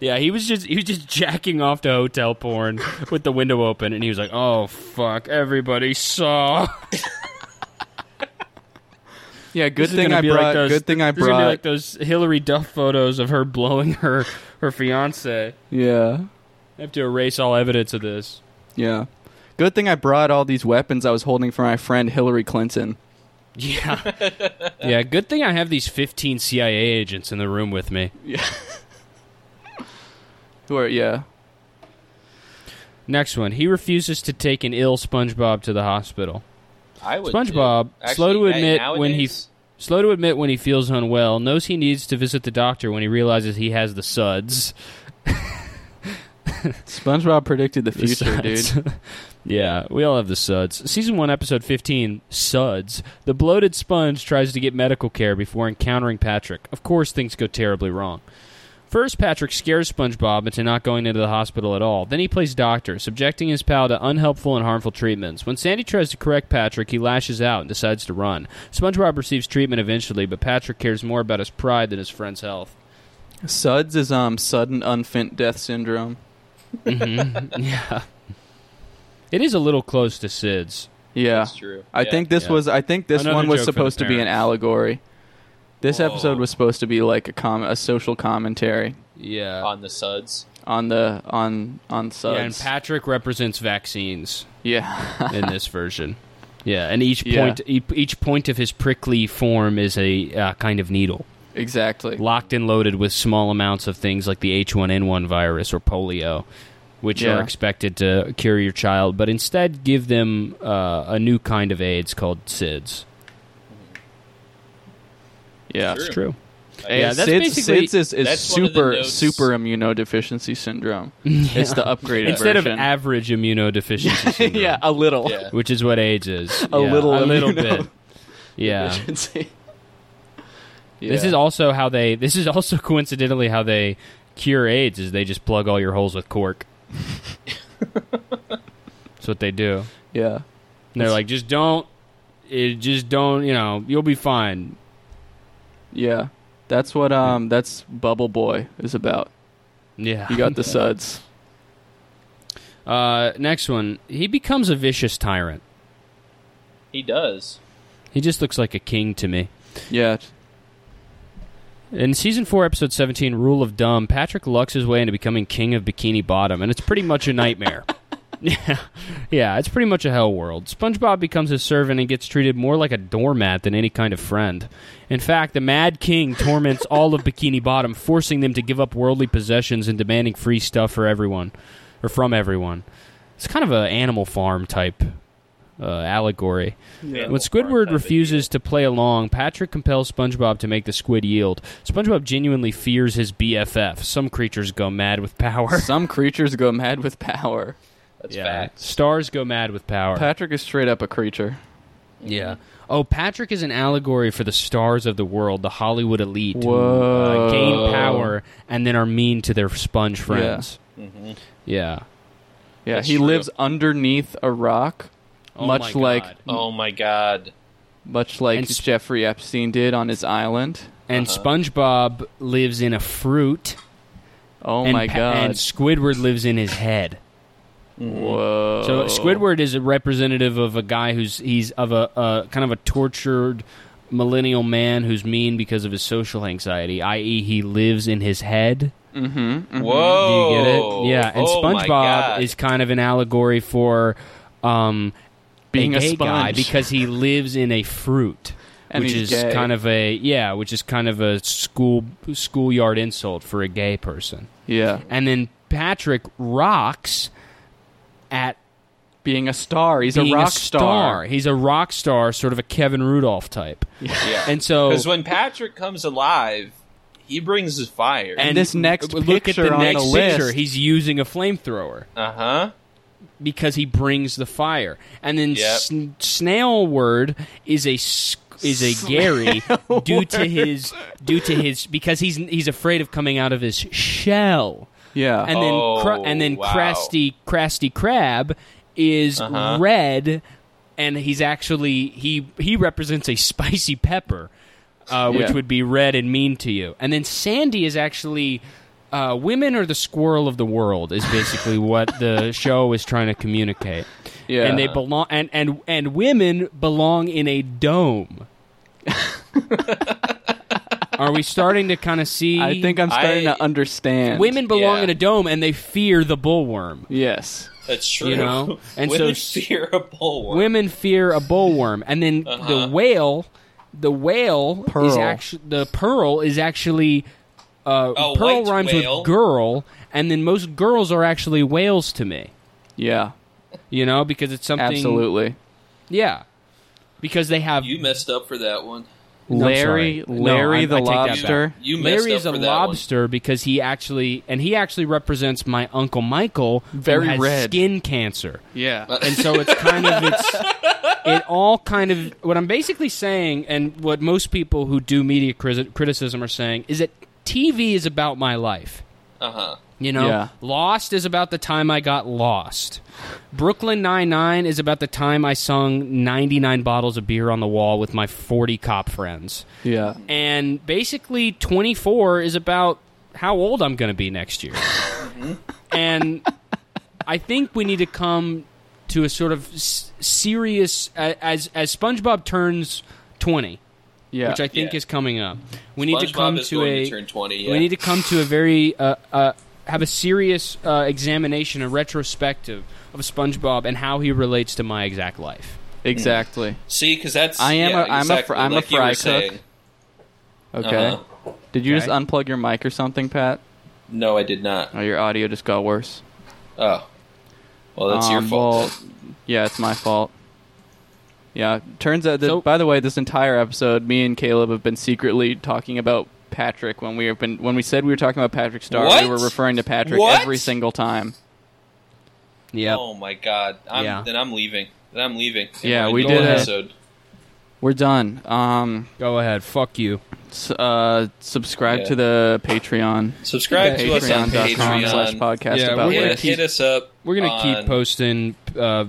Yeah, he was just he was just jacking off to hotel porn with the window open, and he was like, "Oh fuck, everybody saw." (laughs)
Yeah, good
This is
thing
gonna
I
be
brought.
like those-
good thing I
this is gonna
brought.
be like those Hillary Duff photos of her blowing her her fiance.
yeah,
I have to erase all evidence of this.
yeah. Good thing I brought all these weapons I was holding for my friend Hillary Clinton.
Yeah, yeah. Good thing I have these fifteen CIA agents in the room with me.
Who are? Yeah,
Next one, he refuses to take an ill SpongeBob to the hospital.
I would
SpongeBob,
too. Actually,
slow to
na-
admit
nowadays,
when he slow to admit when he feels unwell, knows he needs to visit the doctor when he realizes he has the suds.
SpongeBob predicted the
The
future,
suds. (laughs)
(laughs) dude.
yeah, we all have the suds. Season 1 episode 15, Suds. The bloated sponge tries to get medical care before encountering Patrick. Of course, things go terribly wrong. First, Patrick scares SpongeBob into not going into the hospital at all. Then he plays doctor, subjecting his pal to unhelpful and harmful treatments. When Sandy tries to correct Patrick, he lashes out and decides to run. SpongeBob receives treatment eventually, but Patrick cares more about his pride than his friend's health.
Suds is um sudden infant death syndrome.
yeah. It is a little close to Sid's.
Yeah,
That's true.
I
Yeah,
think this
yeah.
was. I think this
Another
one was
joke for the
supposed to be an
parents. Oh.
allegory. This
Whoa.
episode was supposed to be like a com- a social commentary
Yeah.
on the
(laughs)
suds.
on the on on
Yeah, and
suds.
Patrick represents
(laughs)
vaccines
yeah.
in this version. Yeah, and each
Yeah.
point each, each point of his prickly form is a uh, kind of needle,
exactly.
locked and loaded with small amounts of things like the H1N1 virus or polio, which
Yeah.
are expected to cure your child, but instead give them uh, a new kind of AIDS called SIDS.
Yeah,
True.
It's true.
And
Yeah, that's
SIDS,
basically-
SIDS is, is
That's one of the
super
notes.
super
(laughs)
immunodeficiency syndrome. It's the upgraded
Instead of
version.
average
(laughs)
immunodeficiency syndrome,
yeah, a little.
Yeah.
which is what AIDS is.
A
Yeah,
little
a little
immuno-
bit.
(laughs)
Yeah.
Deficiency.
This
Yeah.
is also how they. This is also (laughs) coincidentally how they cure AIDS is they just plug all your holes with cork. That's what they do.
yeah.
And they're like, just don't, it, just don't. You know, you'll be fine.
Yeah. That's what um that's Bubble Boy is about.
Yeah. (laughs)
You got the suds.
Uh, next one. He becomes a vicious tyrant.
He does.
He just looks like a king to me.
Yeah.
In season four, episode seventeen, "Rule of Dumb," Patrick lucks his way into becoming king of Bikini Bottom, and it's pretty much a nightmare. (laughs) yeah, yeah, it's pretty much a hell world. SpongeBob becomes his servant and gets treated more like a doormat than any kind of friend. In fact, the Mad King torments all of Bikini Bottom, forcing them to give up worldly possessions and demanding free stuff for everyone, or from everyone. It's kind of an Animal Farm type uh, allegory. When Squidward refuses to play along, Patrick compels SpongeBob to make the squid yield. SpongeBob genuinely fears his BFF. Some creatures go mad with power.
Some creatures go mad with power.
(laughs)
That's facts.
Stars go mad with power.
Patrick is straight up a creature.
yeah. Oh, Patrick is an allegory for the stars of the world, the Hollywood elite who uh,
Whoa.
gain power and then are mean to their sponge friends.
Mm-hmm.
Yeah.
Yeah,
That's
he
true.
lives underneath a rock,
Oh
much
my
like
God.
Oh my god.
much like
And sp-
Jeffrey Epstein did on his island.
And SpongeBob lives in a fruit
Oh
and
my
Pa-
god. Mm-hmm.
And Squidward lives in his head.
Whoa.
So Squidward is a representative of a guy who's he's of a uh, kind of a tortured millennial man who's mean because of his social anxiety, i.e., he lives in his head.
Whoa!
Mm-hmm. You get it? Yeah, and
Oh my
SpongeBob
God.
is kind of an allegory for um,
Being a
gay guy
sponge.
because he lives in a fruit,
And
which is
he's gay.
kind of a yeah, which is kind of a school schoolyard insult for a gay person.
Yeah.
And then Patrick rocks at
Being a star. He's a
being
rock
star. He's a rock star, sort of a Kevin Rudolph type.
Yeah.
And so
Because when Patrick comes alive, he brings the fire.
And this next
look at
picture
the
on
next
the list.
picture, he's using a flamethrower.
uh huh.
because he brings the fire. And then
Yep.
sn- snail word is a s- is a Gary due to his due to his because he's he's afraid of coming out of his shell.
Yeah.
And then
Oh,
cr- and then
wow.
Krusty Krusty Crab is
Uh-huh.
red and he's actually he he represents a spicy pepper uh, which
Yeah.
would be red and mean to you. And then Sandy is actually uh, women are the squirrel of the world is basically what
(laughs)
the show is trying to communicate.
Oh, Yeah.
And they belong and, and and women belong in a
(laughs)
dome. Are we starting to kind of see
I think I'm starting
I-
to understand.
women belong
yeah.
in a dome and they fear the bullworm.
Yes.
That's true. (laughs)
You know? And
Women
so-
fear a bulwark.
Women fear a bullworm, and then
Uh-huh.
the whale, the whale is
Pearl.
actually the pearl is actually uh,
A
pearl
white
rhymes
whale.
with girl, and then most girls are actually whales to me.
Yeah.
You know, because it's something.
Absolutely.
Yeah. Because they have
you messed up for that one.
No, I'm sorry.
Larry, Larry
No, I-
the
I take that
lobster.
You messed
Larry's a
up for that one.
lobster because he actually and he actually represents my uncle Michael,
Very
who has
red.
skin cancer.
Yeah.
and so it's kind of it's it all kind of what I'm basically saying, and what most people who do media cri- criticism are saying is that TV is about my life.
Uh-huh.
You know,
Yeah.
Lost is about the time I got lost. Brooklyn Nine Nine is about the time I sung 99 bottles of beer on the wall with my 40 cop friends,
Yeah.
and basically 24 is about how old I'm going to be next year. and I think we need to come to a sort of s- serious a- as as SpongeBob turns 20,
Yeah.
which I think
Yeah.
is coming up. We need to
SpongeBob
come
is
to
going
a
to turn 20, yeah.
we need to come to a very uh, uh, have a serious uh, examination, a retrospective of SpongeBob and how he relates to my exact life.
exactly.
See, because that's
I am
yeah,
a- I'm a
exactly
fr- I'm a
like you were
fry cook.
saying.
Okay.
Uh-huh.
Did you just
Okay.
unplug your mic or something, Pat?
No, I did not.
Oh, your audio just got worse.
Oh, well, that's your
Um,
fault.
well, yeah, it's my fault. Yeah, turns out that
So-
by the way, this entire episode, me and Caleb have been secretly talking about Patrick when we have been when we said we were talking about Patrick Star,
What?
we were referring to Patrick
What?
every single time.
Yeah,
Oh my god! I'm,
Yeah.
Then I'm leaving. Then I'm leaving.
Yeah,
Am I
we
doing
did
an
it.
episode.
We're done. Um,
go ahead, fuck you.
s- uh, subscribe
Yeah.
to the Patreon.
Subscribe to us on
Patreon.com
Patreon.
slash podcast
Yeah,
about
we're
Hit,
gonna
Rick.
keep-
hit us up.
We're gonna
on-
keep posting uh, uh,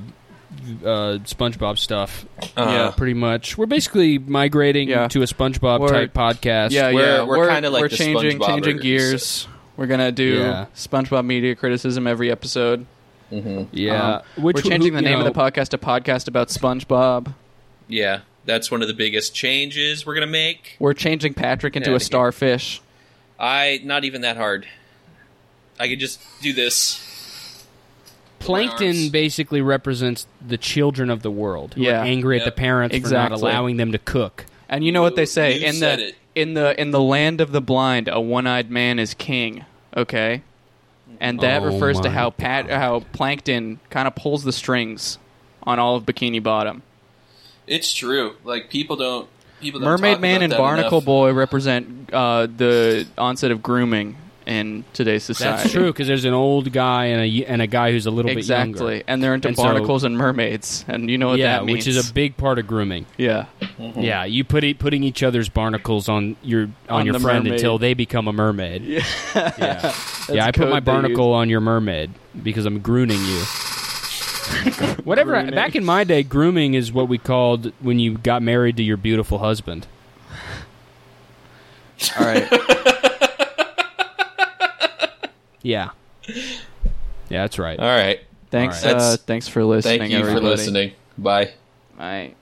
SpongeBob stuff.
Uh-huh.
yeah, pretty much. We're basically migrating
Yeah.
to a SpongeBob
We're-
type podcast.
Yeah,
We're-
yeah,
we're kinda like
we're
the
changing
SpongeBobbers.
changing gears. We're gonna do
Yeah.
SpongeBob media criticism every episode.
yeah.
Um, we're changing the name of the
podcast.
podcast to podcast about SpongeBob.
Yeah, that's one of the biggest changes we're gonna make.
We're changing Patrick into
Yeah,
a
I think-
starfish.
I not even that hard. I could just do this.
Plankton
Arms.
basically represents the children of the world who
Yeah.
are angry
Yep.
at the parents
Exactly.
for not allowing them to cook.
And you know what they say
You
in
said
the
it.
in the in the land of the blind, a one-eyed man is king. Okay, and that
Oh
refers to
my
how Pat how Plankton kind of pulls the strings on all of Bikini Bottom.
It's true. Like people don't. People don't
Mermaid
talk
Man
about
and
that
Barnacle
enough.
Boy represent uh, the onset of grooming in today's society.
That's true because there's an old guy and a and a guy who's a little bit
Exactly,
younger.
and they're into
And so-
barnacles and mermaids, and you know what
yeah,
that
which
means.
is a big part of grooming.
yeah,
Yeah, you put it, putting each other's barnacles on your on,
On
your
the
friend
mermaid.
until they become a mermaid. Yeah,
(laughs)
yeah. I put
code
my
they use.
barnacle on your mermaid because I'm grooming you.
(laughs)
Whatever.
Grooming.
Back in my day, grooming is what we called when you got married to your beautiful husband.
(laughs)
All right.
Yeah. Yeah, that's right.
All right.
Thanks.
All right.
Uh,
That's-
thanks for listening.
Thank you for
everybody.
listening. Bye.
All right.